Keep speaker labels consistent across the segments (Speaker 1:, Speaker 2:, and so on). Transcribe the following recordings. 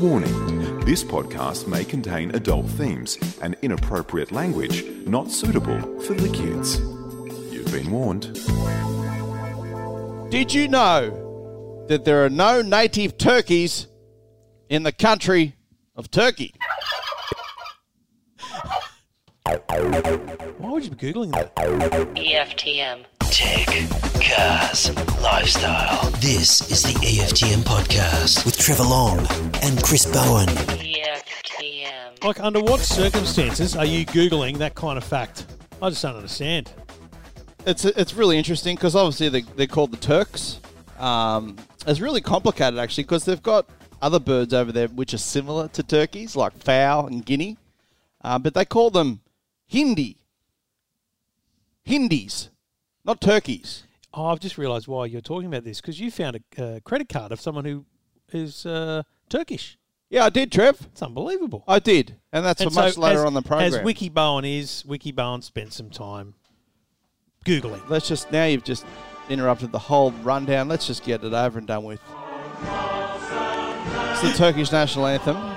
Speaker 1: Warning this podcast may contain adult themes and inappropriate language not suitable for the kids. You've been warned.
Speaker 2: Did you know that there are no native turkeys in the country of Turkey? Why would you be Googling that?
Speaker 3: EFTM.
Speaker 4: Tech, cars, lifestyle. This is the EFTM podcast with Trevor Long and Chris Bowen.
Speaker 3: EFTM.
Speaker 5: Like, under what circumstances are you Googling that kind of fact? I just don't understand.
Speaker 2: It's, it's really interesting because obviously they, they're called the Turks. Um, it's really complicated actually because they've got other birds over there which are similar to turkeys, like fowl and guinea, uh, but they call them Hindi. Hindis, not turkeys.
Speaker 5: Oh, I've just realised why you're talking about this because you found a uh, credit card of someone who is uh, Turkish.
Speaker 2: Yeah, I did, Trev.
Speaker 5: It's unbelievable.
Speaker 2: I did, and that's
Speaker 5: And
Speaker 2: for Oh, much
Speaker 5: so
Speaker 2: later
Speaker 5: as-
Speaker 2: on the program.
Speaker 5: As Wiki Bowen is, Wiki Bowen spent some time Googling.
Speaker 2: Let's just now you've just interrupted the whole rundown. Let's just get it over and done with. It's the Turkish national anthem.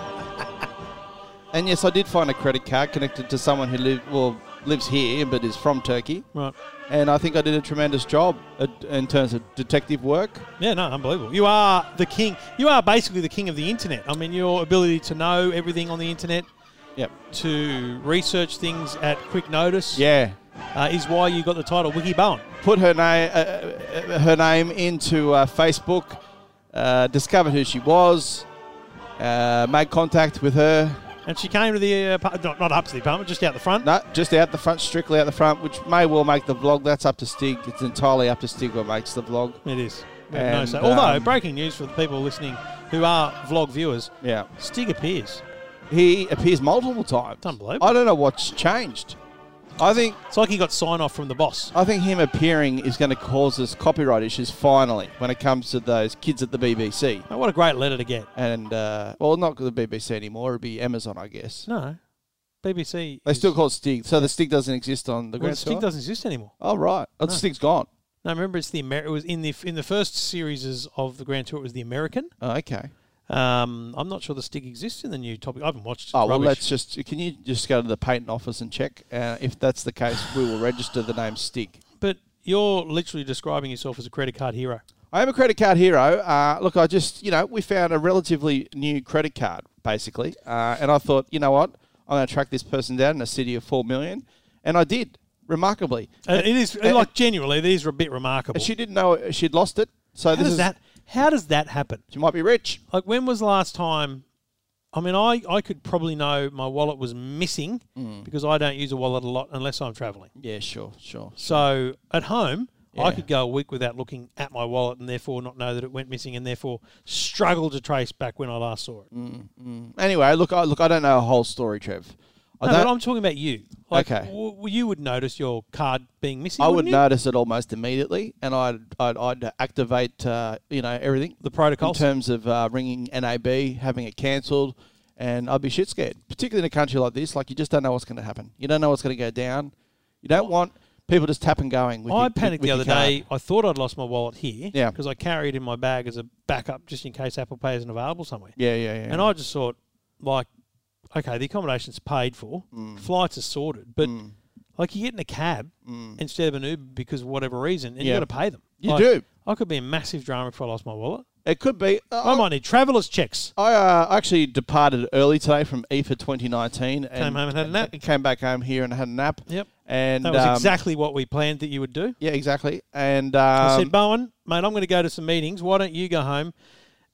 Speaker 2: And yes, I did find a credit card connected to someone who live, well, lives here but is from Turkey.
Speaker 5: Right.
Speaker 2: And I think I did a tremendous job at, in terms of detective work.
Speaker 5: Yeah, no, unbelievable. You are the king. You are basically the king of the internet. I mean, your ability to know everything on the internet,
Speaker 2: Yep.
Speaker 5: to research things at quick notice,
Speaker 2: Yeah.
Speaker 5: uh, is why you got the title Wiki Bowen.
Speaker 2: Put her name uh, uh, her name into uh, Facebook. Uh, discovered who she was. Uh, made contact with her.
Speaker 5: And she came to the uh, pa- not, not up to the apartment, just out the front.
Speaker 2: No, just out the front, strictly out the front, which may well make the vlog. That's up to Stig. It's entirely up to Stig what makes the vlog.
Speaker 5: It is. We have no
Speaker 2: And,
Speaker 5: say. Although,
Speaker 2: um,
Speaker 5: breaking news for the people listening who are vlog viewers,
Speaker 2: Yeah.
Speaker 5: Stig appears.
Speaker 2: He appears multiple times.
Speaker 5: It's unbelievable.
Speaker 2: I don't know what's changed. I think
Speaker 5: It's like he got sign off from the boss.
Speaker 2: I think him appearing is going to cause us copyright issues finally when it comes to those kids at the BBC.
Speaker 5: Oh, what a great letter to get.
Speaker 2: And, uh, well, not the BBC anymore. It'd be Amazon, I guess.
Speaker 5: No, BBC.
Speaker 2: They
Speaker 5: is-
Speaker 2: still call it Stig. So the Stig doesn't exist on the
Speaker 5: well,
Speaker 2: Grand
Speaker 5: Stig
Speaker 2: Stig
Speaker 5: doesn't exist anymore.
Speaker 2: Oh, right. Oh, Stig's gone.
Speaker 5: No, remember it's the Amer- It was in the f- in the first series of the Grand Tour. It was the American.
Speaker 2: Oh, okay.
Speaker 5: Um, I'm not sure the Stig exists in the new topic. I haven't watched.
Speaker 2: Oh well,
Speaker 5: Rubbish.
Speaker 2: let's just. Can you just go to the patent office and check? Uh, if that's the case, we will register the name Stig.
Speaker 5: But you're literally describing yourself as a credit card hero.
Speaker 2: I am a credit card hero. Uh, look, I just you know we found a relatively new credit card basically, uh, and I thought you know what I'm going to track this person down in a city of four million, and I did remarkably.
Speaker 5: Uh, it is
Speaker 2: and-
Speaker 5: like genuinely, it is a bit remarkable.
Speaker 2: And she didn't know she'd lost it, so
Speaker 5: how
Speaker 2: this
Speaker 5: does
Speaker 2: is
Speaker 5: that? How does that happen?
Speaker 2: She might be rich.
Speaker 5: like when was the last time I mean I, I could probably know my wallet was missing
Speaker 2: Mm.
Speaker 5: because I don't use a wallet a lot unless I'm traveling.
Speaker 2: Yeah, sure, sure.
Speaker 5: So at home
Speaker 2: Mm. Yeah.
Speaker 5: I could go a week without looking at my wallet and therefore not know that it went missing and therefore struggle to trace back when I last saw
Speaker 2: Mm.
Speaker 5: it.
Speaker 2: Anyway, look, I, look, I don't know a whole story, Trev. I
Speaker 5: No,
Speaker 2: don't.
Speaker 5: but I'm talking about you. Like,
Speaker 2: Okay.
Speaker 5: W- you would notice your card being missing.
Speaker 2: I would
Speaker 5: wouldn't you?
Speaker 2: notice it almost immediately, and I'd I'd, I'd activate uh, you know everything
Speaker 5: the
Speaker 2: in
Speaker 5: protocols.
Speaker 2: terms of uh, ringing NAB, having it cancelled, and I'd be shit scared, particularly in a country like this. Like you just don't know what's going to happen. You don't know what's going to go down. You don't want people just tap and going. With
Speaker 5: I
Speaker 2: your- with
Speaker 5: panicked the
Speaker 2: your
Speaker 5: other
Speaker 2: card.
Speaker 5: day. I thought I'd lost my wallet here
Speaker 2: Yeah.
Speaker 5: because I carry it in my bag as a backup just in case Apple Pay isn't available somewhere.
Speaker 2: Yeah, yeah, yeah.
Speaker 5: And I just thought, like, okay, the accommodation's paid for,
Speaker 2: Mm.
Speaker 5: flights are sorted, but like you get in a cab instead of an Uber because of whatever reason, and
Speaker 2: Mm. Yeah.
Speaker 5: you got to pay them.
Speaker 2: You
Speaker 5: Like,
Speaker 2: do.
Speaker 5: I could be in massive drama if I lost my wallet.
Speaker 2: it could be.
Speaker 5: I
Speaker 2: Uh,
Speaker 5: might need travellers' checks.
Speaker 2: I uh, actually departed early today from E EFA 2019. And
Speaker 5: Came home and had a nap.
Speaker 2: Came back home here and had a nap.
Speaker 5: Yep.
Speaker 2: And
Speaker 5: that was
Speaker 2: um,
Speaker 5: exactly what we planned that you would do.
Speaker 2: Yeah, exactly. And um,
Speaker 5: I said, Bowen, mate, I'm going to go to some meetings. Why don't you go home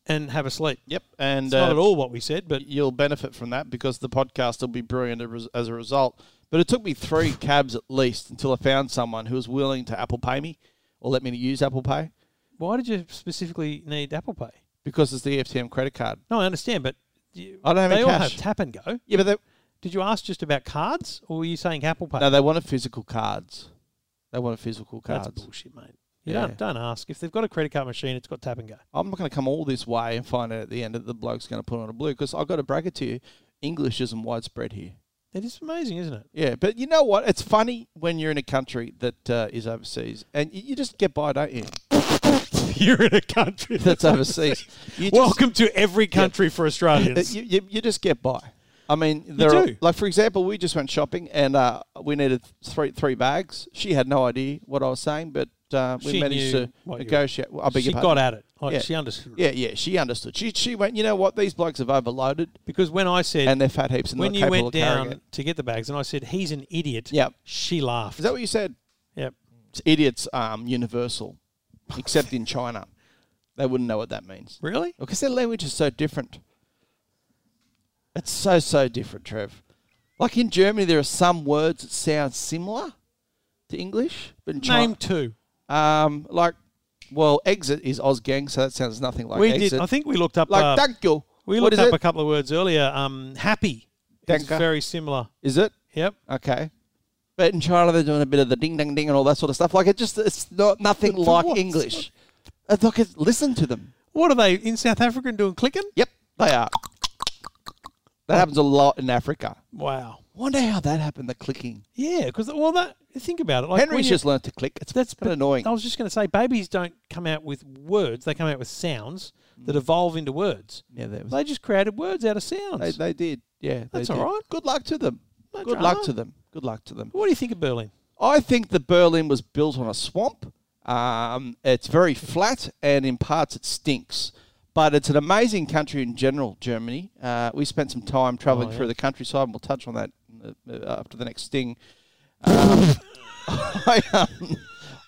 Speaker 5: and have a sleep?
Speaker 2: Yep. And
Speaker 5: It's not
Speaker 2: uh,
Speaker 5: at all what we said, but
Speaker 2: you'll benefit from that because the podcast will be brilliant as- as a result. But it took me three cabs at least until I found someone who was willing to Apple Pay me or let me use Apple Pay
Speaker 5: why did you specifically need Apple Pay?
Speaker 2: because it's the E FTM credit card.
Speaker 5: No, I understand, but you,
Speaker 2: I don't have
Speaker 5: they
Speaker 2: any
Speaker 5: all
Speaker 2: cash.
Speaker 5: have tap and go.
Speaker 2: Yeah, but they,
Speaker 5: Did you ask just about cards, or were you saying Apple Pay?
Speaker 2: no, they wanted physical cards. They wanted physical
Speaker 5: That's
Speaker 2: cards.
Speaker 5: bullshit, mate. You
Speaker 2: Yeah.
Speaker 5: don't don't ask. If they've got a credit card machine, it's got tap and go.
Speaker 2: I'm not going to come all this way and find out at the end that the bloke's going to put on a blue because I've got to bracket to you, English isn't widespread here.
Speaker 5: It is amazing, isn't it?
Speaker 2: Yeah, but you know what? It's funny when you're in a country that uh, is overseas and you, you just get by, don't you?
Speaker 5: you're in a country.
Speaker 2: that's overseas. You just-
Speaker 5: Welcome to every country for
Speaker 2: Uh,
Speaker 5: Australians.
Speaker 2: You, you, you just get by. I mean, there are,
Speaker 5: do.
Speaker 2: like for example, we just went shopping and uh, we needed three three bags. She had no idea what I was saying, but uh, we
Speaker 5: She
Speaker 2: managed
Speaker 5: knew
Speaker 2: to
Speaker 5: what you-
Speaker 2: negotiate. Well, I beg
Speaker 5: she
Speaker 2: your
Speaker 5: got
Speaker 2: pardon.
Speaker 5: at it. Like
Speaker 2: Yeah.
Speaker 5: she understood.
Speaker 2: Yeah, yeah, she understood. She she went. You know what? These blokes have overloaded
Speaker 5: Because when I said
Speaker 2: and they're fat heaps and
Speaker 5: when
Speaker 2: they're
Speaker 5: you
Speaker 2: capable
Speaker 5: went
Speaker 2: of carrying
Speaker 5: down
Speaker 2: it.
Speaker 5: to get the bags and I said he's an idiot.
Speaker 2: Yep.
Speaker 5: She laughed.
Speaker 2: Is that what you said?
Speaker 5: Yep.
Speaker 2: It's idiots um, universal, except in China, they wouldn't know what that means
Speaker 5: Really?
Speaker 2: because their language is so different. It's so so different, Trev. Like in Germany, there are some words that sound similar to English, but in China,
Speaker 5: Name two.
Speaker 2: um, like well, exit is Ausgang, so that sounds nothing like
Speaker 5: we
Speaker 2: exit.
Speaker 5: did. I think we looked up.
Speaker 2: like
Speaker 5: uh,
Speaker 2: thank you.
Speaker 5: we
Speaker 2: What
Speaker 5: looked
Speaker 2: is
Speaker 5: up
Speaker 2: it?
Speaker 5: a couple of words earlier. Um, happy. It's
Speaker 2: Danke.
Speaker 5: very similar.
Speaker 2: Is it
Speaker 5: Yep.
Speaker 2: okay? But in China, they're doing a bit of the ding ding ding and all that sort of stuff. Like it just it's not nothing
Speaker 5: But for
Speaker 2: like
Speaker 5: what?
Speaker 2: English. It's like it's, listen to them.
Speaker 5: What are they in South Africa doing? Clicking?
Speaker 2: Yep, they are. That happens a lot in Africa.
Speaker 5: Wow.
Speaker 2: Wonder how that happened. The clicking.
Speaker 5: Yeah, because well, that think about it. Like when
Speaker 2: Henry's
Speaker 5: you-
Speaker 2: just learnt to click. It's that's
Speaker 5: that's
Speaker 2: been
Speaker 5: but
Speaker 2: annoying.
Speaker 5: I was just going to say, babies don't come out with words; they come out with sounds that evolve into words.
Speaker 2: Mm. Yeah, that was-
Speaker 5: They just created words out of
Speaker 2: They,
Speaker 5: sounds.
Speaker 2: they did. Yeah,
Speaker 5: That's
Speaker 2: they did.
Speaker 5: all right.
Speaker 2: Good luck to them.
Speaker 5: No
Speaker 2: Good
Speaker 5: drama.
Speaker 2: luck to them. Good luck to them.
Speaker 5: what do you think of Berlin?
Speaker 2: I think the Berlin was built on a swamp. Um, it's very flat, and in parts it stinks. But it's an amazing country in general, Germany. Uh, we spent some time traveling
Speaker 5: Oh,
Speaker 2: through the countryside, and we'll touch on that uh, uh, after the next sting. Um, I, um,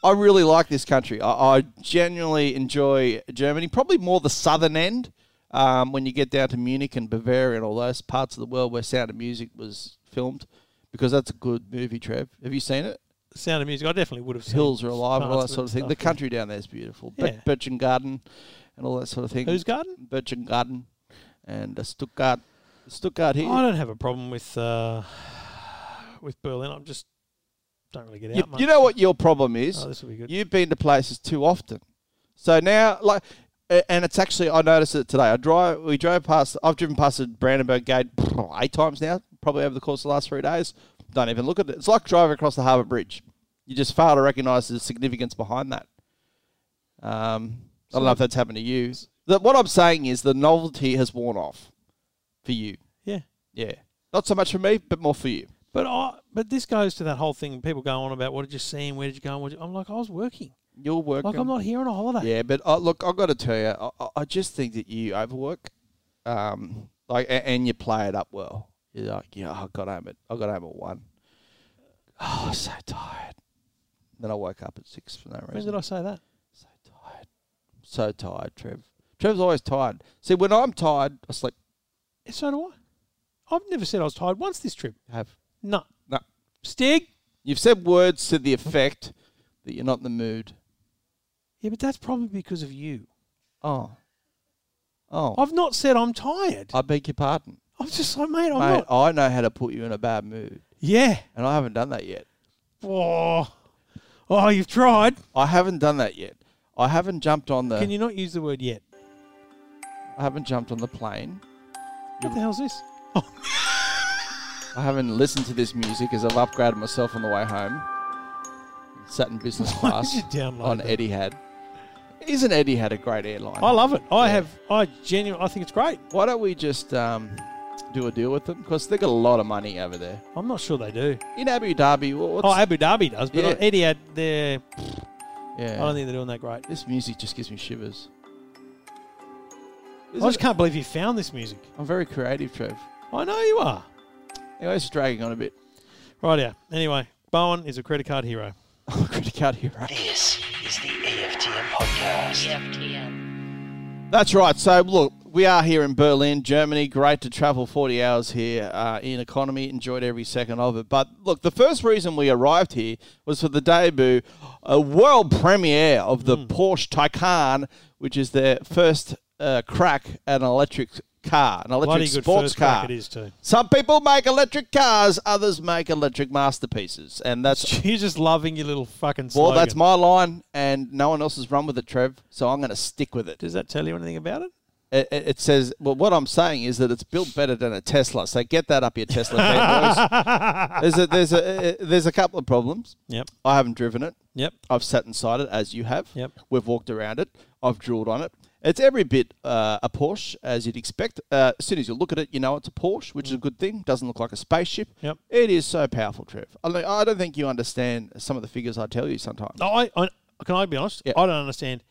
Speaker 2: I really like this country. I, I genuinely enjoy Germany, probably more the southern end. Um, when you get down to Munich and Bavaria and all those parts of the world where Sound of Music was filmed, because that's a good movie, Trev. Have you seen it?
Speaker 5: The Sound of Music. I definitely would have. seen
Speaker 2: hills are alive and all that
Speaker 5: parts
Speaker 2: sort of
Speaker 5: it
Speaker 2: thing.
Speaker 5: and
Speaker 2: the
Speaker 5: stuff,
Speaker 2: country down there is beautiful.
Speaker 5: Yeah.
Speaker 2: But Birchen Garden and all that sort of thing.
Speaker 5: yeah. Whose garden?
Speaker 2: Birchen Garden and uh, Stuttgart. Stuttgart here.
Speaker 5: I don't have a problem with uh, with Berlin. I'm just don't really get out
Speaker 2: you,
Speaker 5: much.
Speaker 2: you know what your problem is?
Speaker 5: Oh, this will be good.
Speaker 2: You've been to places too often. So now, like, a- and it's actually, I noticed it today. I drive, we drove past, I've driven past the Brandenburg Gate eight times now, probably over the course of the last three days. Don't even look at it. It's like driving across the Harbour Bridge. You just fail to recognise the significance behind that. Um, I don't know if that's happened to you. The, what I'm saying is the novelty has worn off for you.
Speaker 5: yeah,
Speaker 2: Yeah. Not so much for me, but more for you.
Speaker 5: but I but this goes to that whole thing. People go on about what did you see and where did you go? And what did you, I'm like, I was working.
Speaker 2: You're working.
Speaker 5: Like I'm not here on a holiday.
Speaker 2: Yeah, but uh, look, I've got to tell you, I- I, I just think that you overwork, um, like, a- and you play it up well. You're like, yeah, I got home at I got home at one. Oh, I'm so tired. Then I woke up at six for no
Speaker 5: When
Speaker 2: reason.
Speaker 5: did I say that?
Speaker 2: So tired, so tired, Trev. Trev's always tired. See, when I'm tired, I sleep.
Speaker 5: Yeah, So do I. I've never said I was tired once this trip.
Speaker 2: Have
Speaker 5: No.
Speaker 2: no.
Speaker 5: Stig?
Speaker 2: You've said words to the effect that you're not in the mood.
Speaker 5: Yeah, but that's probably because of you.
Speaker 2: Oh, oh.
Speaker 5: I've not said I'm tired.
Speaker 2: I beg your pardon,
Speaker 5: I'm just like, mate, I'm
Speaker 2: mate.
Speaker 5: not.
Speaker 2: I know how to put you in a bad mood,
Speaker 5: yeah.
Speaker 2: and I haven't done that yet.
Speaker 5: Oh. oh, you've tried.
Speaker 2: I haven't done that yet. I haven't jumped on the.
Speaker 5: Can you not use the word yet?
Speaker 2: I haven't jumped on the plane.
Speaker 5: What the hell's this?
Speaker 2: I haven't listened to this music as I've upgraded myself on the way home. Sat in business
Speaker 5: Why
Speaker 2: class
Speaker 5: did you download
Speaker 2: on
Speaker 5: that?
Speaker 2: Etihad. Isn't Etihad a great airline?
Speaker 5: I love it. I
Speaker 2: Yeah.
Speaker 5: have, I genuinely, I think it's great.
Speaker 2: Why don't we just um, do a deal with them? Because they got a lot of money over there
Speaker 5: I'm not sure they do.
Speaker 2: in Abu Dhabi. wha- What's,
Speaker 5: oh, Abu Dhabi does, but
Speaker 2: Yeah.
Speaker 5: yeah. Etihad, they're,
Speaker 2: yeah.
Speaker 5: I don't think they're doing that great.
Speaker 2: this music just gives me shivers.
Speaker 5: I
Speaker 2: Isn't
Speaker 5: just
Speaker 2: it-
Speaker 5: can't believe you found this music.
Speaker 2: I'm very creative, Trev.
Speaker 5: I know you are.
Speaker 2: Anyway, it's dragging on a bit.
Speaker 5: Right, yeah. Anyway, Bowen is a credit card hero.
Speaker 2: I'm credit card hero.
Speaker 4: This is the EFTM podcast.
Speaker 3: EFTM.
Speaker 2: That's right. So look, we are here in Berlin, Germany. Great to travel 40 hours here uh, in economy. Enjoyed every second of it. But look, the first reason we arrived here was for the debut, a world premiere of
Speaker 5: Mm.
Speaker 2: the Porsche Taycan, which is their first uh, crack at an electric car, an electric
Speaker 5: Bloody good
Speaker 2: sports
Speaker 5: first
Speaker 2: car.
Speaker 5: crack it is too.
Speaker 2: Some people make electric cars, others make electric masterpieces, and that's
Speaker 5: You're just loving your little fucking
Speaker 2: well,
Speaker 5: slogan.
Speaker 2: that's my line, and no one else has run with it, Trev. So I'm going to stick with it.
Speaker 5: Does that tell you anything about it?
Speaker 2: It, it it says, well, what I'm saying is that it's built better than a Tesla. So get that up your Tesla fanboys. there's a there's a uh, there's a couple of problems.
Speaker 5: Yep.
Speaker 2: I haven't driven it.
Speaker 5: Yep.
Speaker 2: I've sat inside it as you have.
Speaker 5: Yep.
Speaker 2: We've walked around it. I've drooled on it. It's every bit uh, a Porsche as you'd expect. Uh, as soon as you look at it, you know it's a Porsche, which is a good thing. Doesn't look like a spaceship.
Speaker 5: Yep.
Speaker 2: It is so powerful, Trev. I, mean, I don't think you understand some of the figures I tell you sometimes.
Speaker 5: No, I, I can I be honest?
Speaker 2: Yeah.
Speaker 5: I don't understand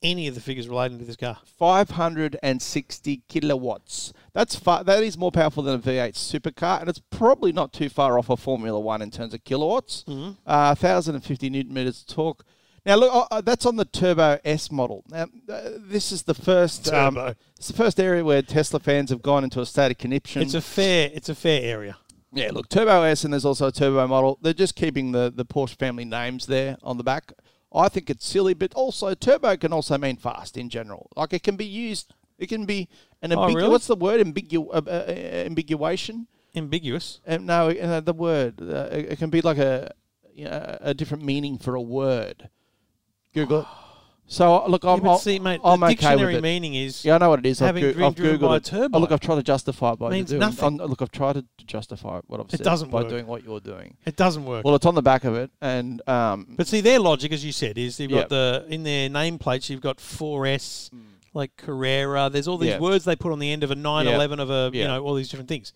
Speaker 5: any of the figures relating to this car.
Speaker 2: 560 kilowatts. That's far, that is more powerful than a V8 supercar, and it's probably not too far off a Formula One in terms of kilowatts.
Speaker 5: Mm-hmm.
Speaker 2: Uh, 1,050 newton meters of torque. Now look, oh, oh, that's on the Turbo S model. Now uh, this is the first um,
Speaker 5: Turbo.
Speaker 2: it's the first area where Tesla fans have gone into a state of conniption.
Speaker 5: It's a fair, it's a fair area.
Speaker 2: Yeah, look, Turbo S and there's also a Turbo model. They're just keeping the, the Porsche family names there on the back. I think it's silly, but also Turbo can also mean fast in general. Like it can be used, it can be an
Speaker 5: Oh,
Speaker 2: ambigu-
Speaker 5: really?
Speaker 2: what's the word ambigu- uh, uh, uh, ambiguation?
Speaker 5: Ambiguous.
Speaker 2: Um, no, uh, the word uh, it it can be like a you know, a different meaning for a word. Google it. So uh, look, I'm,
Speaker 5: yeah, but
Speaker 2: I'll-
Speaker 5: see, mate,
Speaker 2: I'm
Speaker 5: the
Speaker 2: okay
Speaker 5: dictionary
Speaker 2: with it.
Speaker 5: meaning is
Speaker 2: Yeah, I know what it is. I've,
Speaker 5: having
Speaker 2: goo-
Speaker 5: been
Speaker 2: I've
Speaker 5: driven by
Speaker 2: googled
Speaker 5: a
Speaker 2: it.
Speaker 5: turbo.
Speaker 2: Oh, look, I've tried to justify it by
Speaker 5: Means
Speaker 2: doing.
Speaker 5: nothing.
Speaker 2: I'm- look, I've tried to justify what I've said.
Speaker 5: doesn't
Speaker 2: by
Speaker 5: work.
Speaker 2: doing what you're doing.
Speaker 5: it doesn't work.
Speaker 2: Well, it's on the back of it, and um,
Speaker 5: but see, their logic, as you said, is they've
Speaker 2: Yeah. Hmm.
Speaker 5: got the in their nameplates. You've got 4S, like Carrera. There's all these
Speaker 2: Yeah.
Speaker 5: words they put on the end of a 911 of a
Speaker 2: Yeah. Hmm.
Speaker 5: you know all these different things.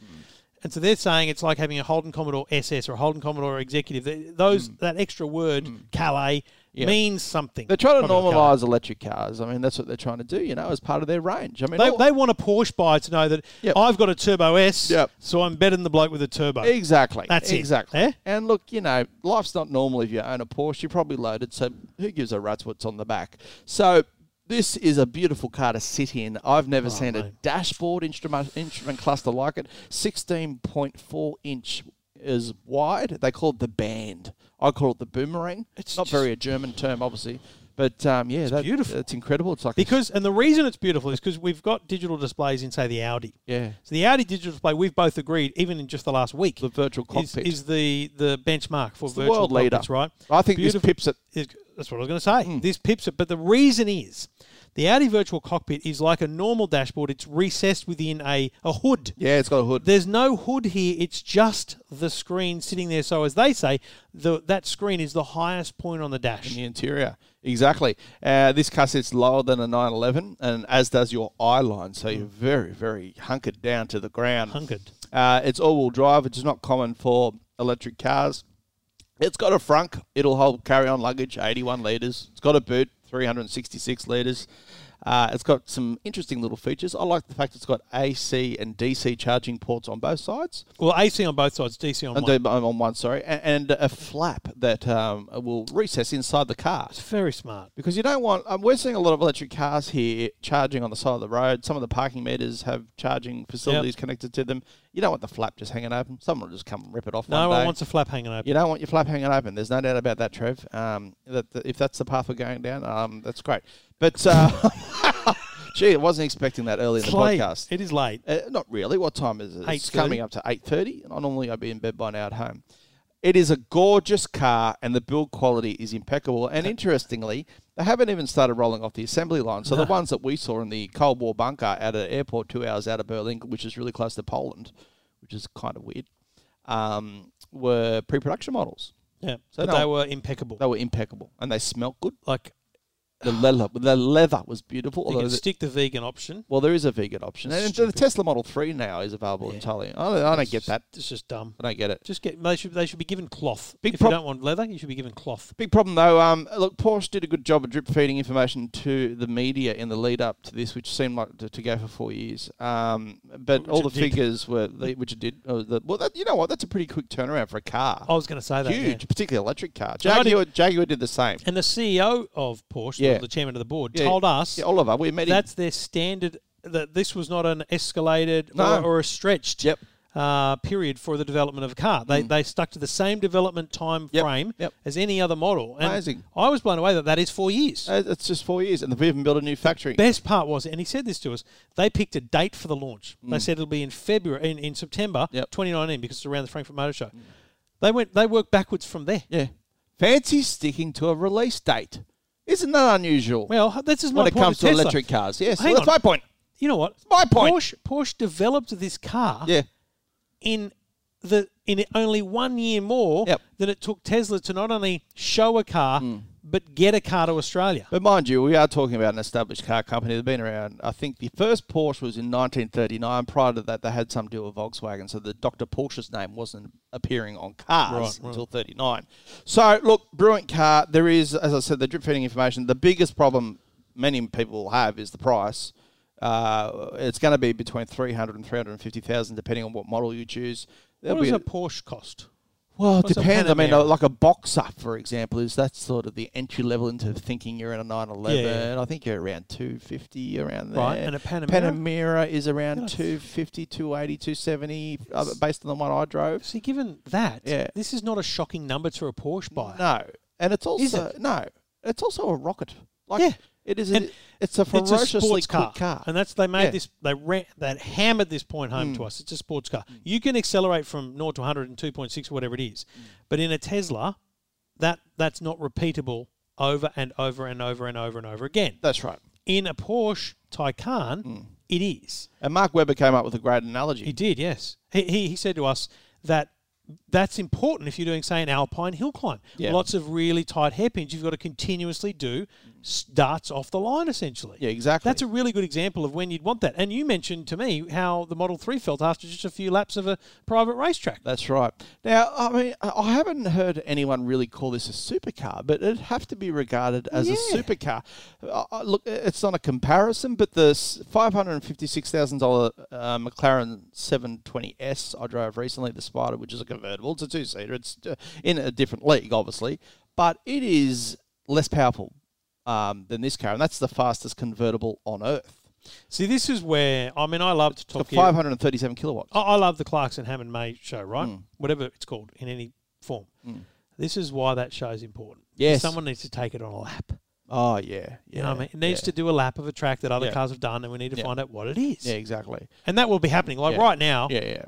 Speaker 5: And so they're saying it's like having a Holden Commodore SS or a Holden Commodore Executive. They- Those that extra word Calais
Speaker 2: Hmm. Yeah.
Speaker 5: means something.
Speaker 2: they're trying to
Speaker 5: Probably not Calais.
Speaker 2: normalise electric cars. I mean, that's what they're trying to do, you know, as part of their range. I mean,
Speaker 5: They,
Speaker 2: all-
Speaker 5: they want a Porsche buyer to know that
Speaker 2: Yep.
Speaker 5: I've got a Turbo S,
Speaker 2: Yep.
Speaker 5: so I'm better than the bloke with a turbo.
Speaker 2: exactly.
Speaker 5: That's it,
Speaker 2: exactly.
Speaker 5: eh?
Speaker 2: And look, you know, life's not normal if you own a Porsche. You're probably loaded, so who gives a rat's what's on the back? So. This is a beautiful car to sit in. I've
Speaker 5: Oh,
Speaker 2: never seen a dashboard instrument instrument cluster like it. Sixteen point four inch is wide. They call it the band. I call it the boomerang. It's not very a German term, obviously, but um, yeah, that,
Speaker 5: beautiful.
Speaker 2: It's incredible. It's like a
Speaker 5: Because and the reason it's beautiful is because we've got digital displays in say the Audi.
Speaker 2: Yeah.
Speaker 5: So the Audi digital display we've both agreed, even in just the last week,
Speaker 2: The virtual
Speaker 5: is,
Speaker 2: cockpit.
Speaker 5: is the the benchmark for
Speaker 2: the
Speaker 5: virtual
Speaker 2: world leader.
Speaker 5: cockpits, right?
Speaker 2: I think this Hmm. pips it.
Speaker 5: is- that's what I was going to say. This pips it, but the reason is the Audi virtual cockpit is like a normal dashboard. It's recessed within a a hood.
Speaker 2: Yeah, it's got a hood.
Speaker 5: There's no hood here. It's just the screen sitting there. So as they say, the, that screen is the highest point on the dash.
Speaker 2: in the interior. Exactly. Uh, this car sits lower than a 911, and as does your eye line, so you're very, very hunkered down to the ground.
Speaker 5: Hunkered.
Speaker 2: Uh, it's all-wheel drive, which is not common for electric cars. It's got a frunk. It'll hold carry-on luggage, 81 litres. It's got a boot, 366 litres. Uh, it's got some interesting little features. I like the fact it's got AC and DC charging ports on both sides.
Speaker 5: Well, AC on both sides, DC on
Speaker 2: And
Speaker 5: one.
Speaker 2: do- um, on one, sorry, and, and a flap that um, will recess inside the car
Speaker 5: Very smart.
Speaker 2: because you don't want. Um, we're seeing a lot of electric cars here charging on the side of the road. Some of the parking meters have charging facilities connected to them. You don't want the flap just hanging open. Someone will just come and rip it off.
Speaker 5: No
Speaker 2: one
Speaker 5: one
Speaker 2: day.
Speaker 5: wants a flap hanging open.
Speaker 2: You don't want your flap hanging open. There's no doubt about that, Trev. Um, that, that- if that's the path we're going down, um, that's great. But uh, gee, I wasn't expecting that early in
Speaker 5: It's
Speaker 2: the
Speaker 5: late.
Speaker 2: podcast.
Speaker 5: It is late.
Speaker 2: Uh, not really. What time is it? It's
Speaker 5: 8:30.
Speaker 2: coming up to eight thirty, and I normally I'd be in bed by now at home. It is a gorgeous car, and the build quality is impeccable. And interestingly, they haven't even started rolling off the assembly line. So the ones that we saw in the Cold War bunker at an airport two hours out of Berlin, which is really close to Poland, which is kind of weird, um, were pre-production models.
Speaker 5: Yeah.
Speaker 2: So
Speaker 5: So
Speaker 2: no.
Speaker 5: they were impeccable.
Speaker 2: They were impeccable, and they smelt good.
Speaker 5: Like
Speaker 2: The leather, the leather was beautiful.
Speaker 5: you
Speaker 2: although
Speaker 5: can
Speaker 2: the-
Speaker 5: stick the vegan option.
Speaker 2: well, there is a vegan option, and the Tesla Model Three now is available entirely. I don't, I don't get that.
Speaker 5: It's just dumb.
Speaker 2: I don't get it.
Speaker 5: Just get. They should. They should be given cloth.
Speaker 2: Big
Speaker 5: if
Speaker 2: prob-
Speaker 5: you don't want leather, you should be given cloth.
Speaker 2: Big problem though. Um, look, Porsche did a good job of drip feeding information to the media in the lead up to this, which seemed like to, to go for four years. Um, but all the
Speaker 5: it did.
Speaker 2: figures were the, which it did. Uh, the, well, that, you know what? That's a pretty quick turnaround for a car.
Speaker 5: I was going to say that. Oh, yeah.
Speaker 2: Huge, particularly electric car.
Speaker 5: No, I
Speaker 2: Jaguar, Jaguar did the same.
Speaker 5: And the CEO of Porsche,
Speaker 2: Yeah.
Speaker 5: the chairman of the board,
Speaker 2: Yeah,
Speaker 5: told us
Speaker 2: yeah, Oliver. We met him.
Speaker 5: that's their standard. That this was not an escalated
Speaker 2: No.
Speaker 5: or, or a stretched
Speaker 2: Yep. Mm.
Speaker 5: uh, period for the development of a car. They they stuck to the same development time
Speaker 2: Yep,
Speaker 5: frame
Speaker 2: yep.
Speaker 5: as any other model. And
Speaker 2: Amazing.
Speaker 5: I was blown away that that is four years.
Speaker 2: Uh, It's just four years, and they've even built a new factory.
Speaker 5: best part was, and he said this to us, they picked a date for the launch. They said it'll be in February, in, in September
Speaker 2: Mm. Yep.
Speaker 5: 2019, because it's around the Frankfurt Motor Show. They went, they worked backwards from there.
Speaker 2: Yeah, fancy sticking to a release date. Isn't that unusual?
Speaker 5: Well, this is my
Speaker 2: when it
Speaker 5: point
Speaker 2: comes
Speaker 5: with
Speaker 2: to
Speaker 5: Tesla.
Speaker 2: electric cars, yes,
Speaker 5: Hang
Speaker 2: well, that's
Speaker 5: on.
Speaker 2: my point.
Speaker 5: you know what?
Speaker 2: my point.
Speaker 5: Porsche, Porsche developed this car
Speaker 2: Yeah.
Speaker 5: in the in only one year more
Speaker 2: Yep. Mm.
Speaker 5: than it took Tesla to not only show a car but get a car to Australia.
Speaker 2: But mind you, we are talking about an established car company that's been around. I think the first Porsche was in 1939. Prior to that, they had some deal with Volkswagen, so the Dr. Porsche's name wasn't appearing on cars until 39. So, look, brilliant car. There is, as I said, the drip feeding information. The biggest problem many people have is the price. Uh, it's going to be between 300 and 350,000, depending on what model you choose. There'll
Speaker 5: what does
Speaker 2: be-
Speaker 5: a Porsche cost?
Speaker 2: well, it
Speaker 5: What's a
Speaker 2: depends. I mean, uh,
Speaker 5: Panamera?
Speaker 2: like a boxer, for example, is that sort of the entry level into thinking you're in a 911.
Speaker 5: Yeah,
Speaker 2: I think you're around 250 around there.
Speaker 5: Right, and a Panamera?
Speaker 2: Panamera is around
Speaker 5: Nice.
Speaker 2: 250, 280, 270, uh, based on the one I drove.
Speaker 5: See, given that,
Speaker 2: Yeah.
Speaker 5: this is not a shocking number to a Porsche buyer.
Speaker 2: No, and it's also
Speaker 5: it?
Speaker 2: no, it's also a rocket. Like
Speaker 5: Yeah.
Speaker 2: it is. A,
Speaker 5: And
Speaker 2: it's a
Speaker 5: It's a
Speaker 2: ferociously
Speaker 5: sports
Speaker 2: quick
Speaker 5: car.
Speaker 2: car.
Speaker 5: and that's they made
Speaker 2: Yeah.
Speaker 5: this. They ran, they hammered this point home to us. It's a sports car. You can accelerate from 0 to 100 in 2.6 or whatever it is, but in a Tesla, that that's not repeatable over and over and over and over and over again.
Speaker 2: that's right.
Speaker 5: in a Porsche Taycan, it is.
Speaker 2: And Mark Webber came up with a great analogy.
Speaker 5: Mm. He did, yes. He, he, he said to us that that's important if you're doing, say, an alpine hill climb.
Speaker 2: Yeah.
Speaker 5: Lots of really tight hairpins. You've got to continuously do s- darts off the line, essentially.
Speaker 2: Yeah, exactly.
Speaker 5: That's a really good example of when you'd want that. And you mentioned to me how the Model 3 felt after just a few laps of a private racetrack.
Speaker 2: That's right. Now, I mean, I I haven't heard anyone really call this a supercar, but it'd have to be regarded as a supercar. Uh, uh, look, it's not a comparison, but the s- $556,000 uh, McLaren 720S I drove recently, the Spider, which is a convertible, it's a two seater, it's uh, in a different league, obviously, but it is less powerful um, than this car, and that's the fastest convertible on earth.
Speaker 5: See, this is where, I mean, I love to
Speaker 2: The
Speaker 5: talk here. Oh.
Speaker 2: 537 kilowatts.
Speaker 5: I, I love the Clarkson Hammond May show, right?
Speaker 2: Mm.
Speaker 5: Whatever it's called in any form. This is why that show's important.
Speaker 2: Yes.
Speaker 5: Someone needs to take it on a lap.
Speaker 2: Oh, yeah.
Speaker 5: You know what I mean? It needs
Speaker 2: yeah.
Speaker 5: to do a lap of a track that other
Speaker 2: Yeah.
Speaker 5: cars have done, and we need to find out what it is.
Speaker 2: Yeah, exactly.
Speaker 5: And that will be happening. Like
Speaker 2: Yeah.
Speaker 5: right now,
Speaker 2: Yeah, yeah.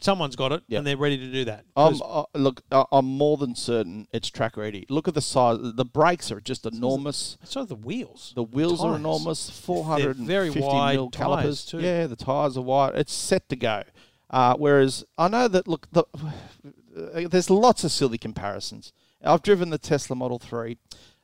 Speaker 5: someone's got it,
Speaker 2: Yeah.
Speaker 5: and they're ready to do that. 'Cause
Speaker 2: I'm, uh, look, I- I'm more than certain it's track ready. Look at the size. The brakes are just enormous.
Speaker 5: so are the wheels.
Speaker 2: The wheels are
Speaker 5: Tyres.
Speaker 2: enormous.
Speaker 5: They're
Speaker 2: 450
Speaker 5: very wide
Speaker 2: mil
Speaker 5: tyres
Speaker 2: calipers.
Speaker 5: too.
Speaker 2: Yeah, the tires are wide. It's set to go. Uh, whereas I know that look, the, uh, there's lots of silly comparisons. I've driven the Tesla Model Three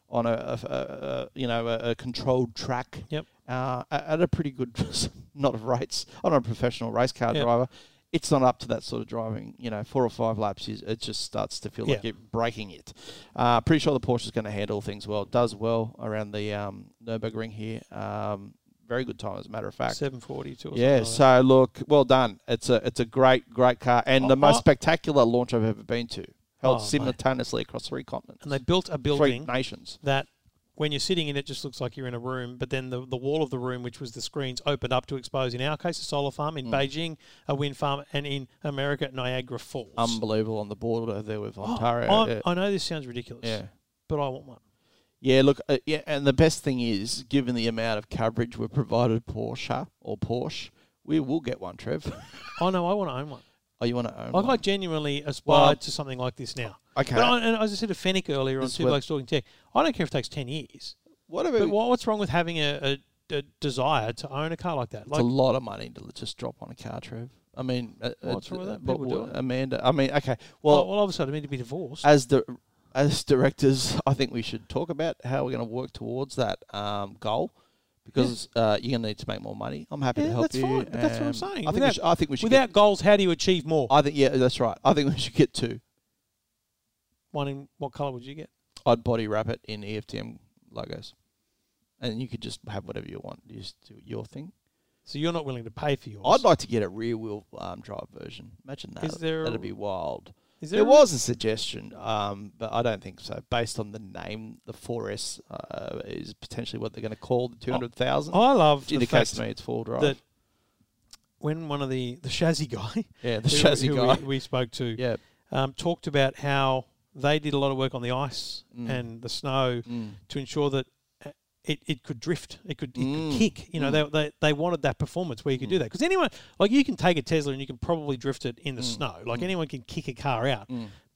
Speaker 2: on a, a, a, a you know a, a controlled track.
Speaker 5: Yep.
Speaker 2: Uh, a- at a pretty good not of rates. I'm not a professional race car
Speaker 5: Yep.
Speaker 2: driver. It's not up to that sort of driving. You know, four or five laps, is- it just starts to feel like
Speaker 5: Yeah.
Speaker 2: you're breaking it. Uh, pretty sure the Porsche is going to handle things well. It does well around the um, Nurburgring here. Um, very good time, as a matter of fact.
Speaker 5: 742 or
Speaker 2: Yeah.
Speaker 5: something.
Speaker 2: So
Speaker 5: like
Speaker 2: look, well done. It's a it's a great great car and the
Speaker 5: I-
Speaker 2: most
Speaker 5: I-
Speaker 2: spectacular launch I've ever been to, held
Speaker 5: Oh, mate.
Speaker 2: simultaneously across three continents,
Speaker 5: that. And they built a
Speaker 2: three
Speaker 5: building
Speaker 2: nations.
Speaker 5: that when you're sitting in it just looks like you're in a room but then the, the wall of the room which was the screens opened up to expose in our case a solar farm
Speaker 2: Mm.
Speaker 5: in beijing a wind farm and in america niagara falls
Speaker 2: Unbelievable on the border there with
Speaker 5: Oh,
Speaker 2: Ontario.
Speaker 5: I'm-
Speaker 2: yeah.
Speaker 5: i know this sounds ridiculous
Speaker 2: Yeah.
Speaker 5: but i want one
Speaker 2: Yeah, look, uh, yeah, and the best thing is, given the amount of coverage we're provided Porsche or Porsche, we will get one, Trev.
Speaker 5: oh no i want to own one
Speaker 2: oh, you want to own
Speaker 5: like
Speaker 2: one?
Speaker 5: i genuinely aspire
Speaker 2: Well,
Speaker 5: to something like this now
Speaker 2: okay.
Speaker 5: but I, and as i said to fennick earlier on
Speaker 2: This is
Speaker 5: two
Speaker 2: where-
Speaker 5: blokes talking tech i don't care if it takes 10 years
Speaker 2: What
Speaker 5: but
Speaker 2: about
Speaker 5: what, what's wrong with having a, a, a desire to own a car like that
Speaker 2: it's
Speaker 5: like
Speaker 2: a lot of money to just drop on a car, Trev? I mean, uh,
Speaker 5: What's
Speaker 2: it's-
Speaker 5: wrong with
Speaker 2: uh,
Speaker 5: that?
Speaker 2: but
Speaker 5: People do
Speaker 2: w-
Speaker 5: it.
Speaker 2: Amanda, I mean, okay.
Speaker 5: well,
Speaker 2: Well,
Speaker 5: well obviously i mean to be divorced
Speaker 2: as the as directors, I think we should talk about how we're going to work towards that um, goal. Because uh, you're going to need to make more money. I'm happy to
Speaker 5: yeah,
Speaker 2: help
Speaker 5: that's
Speaker 2: you.
Speaker 5: fine. But that's what I'm
Speaker 2: and
Speaker 5: saying.
Speaker 2: I think, we
Speaker 5: Without-
Speaker 2: should, I think we should.
Speaker 5: without
Speaker 2: get,
Speaker 5: goals, how do you achieve more?
Speaker 2: I think yeah, that's right. I think we should get two.
Speaker 5: One in what color would you get?
Speaker 2: I'd body wrap it in E EFTM logos, and you could just have whatever you want. You just do your thing.
Speaker 5: So you're not willing to pay for yours.
Speaker 2: I'd like to get a rear wheel um, drive version. Imagine that.
Speaker 5: Is there-
Speaker 2: That'd be wild.
Speaker 5: Is
Speaker 2: there,
Speaker 5: there a-
Speaker 2: was a suggestion, um, but I don't think so. Based on the name, the 4S uh, is potentially what they're going to call the 200,000.
Speaker 5: I love
Speaker 2: which
Speaker 5: Oh, the
Speaker 2: indicates
Speaker 5: fact
Speaker 2: to me it's four drive.
Speaker 5: that when one of the the chassis guy,
Speaker 2: yeah, the
Speaker 5: who-
Speaker 2: chassis
Speaker 5: who
Speaker 2: guy.
Speaker 5: we, we spoke to,
Speaker 2: yeah,
Speaker 5: um, talked about how they did a lot of work on the ice
Speaker 2: Mm.
Speaker 5: and the snow to ensure that uh, it, it could drift, it could, it
Speaker 2: Mm.
Speaker 5: could kick. You know, they, they, they wanted that performance where you could do that. Because
Speaker 2: Mm.
Speaker 5: anyone, like you can take a Tesla and you can probably drift it in the snow. Like anyone can kick a car out.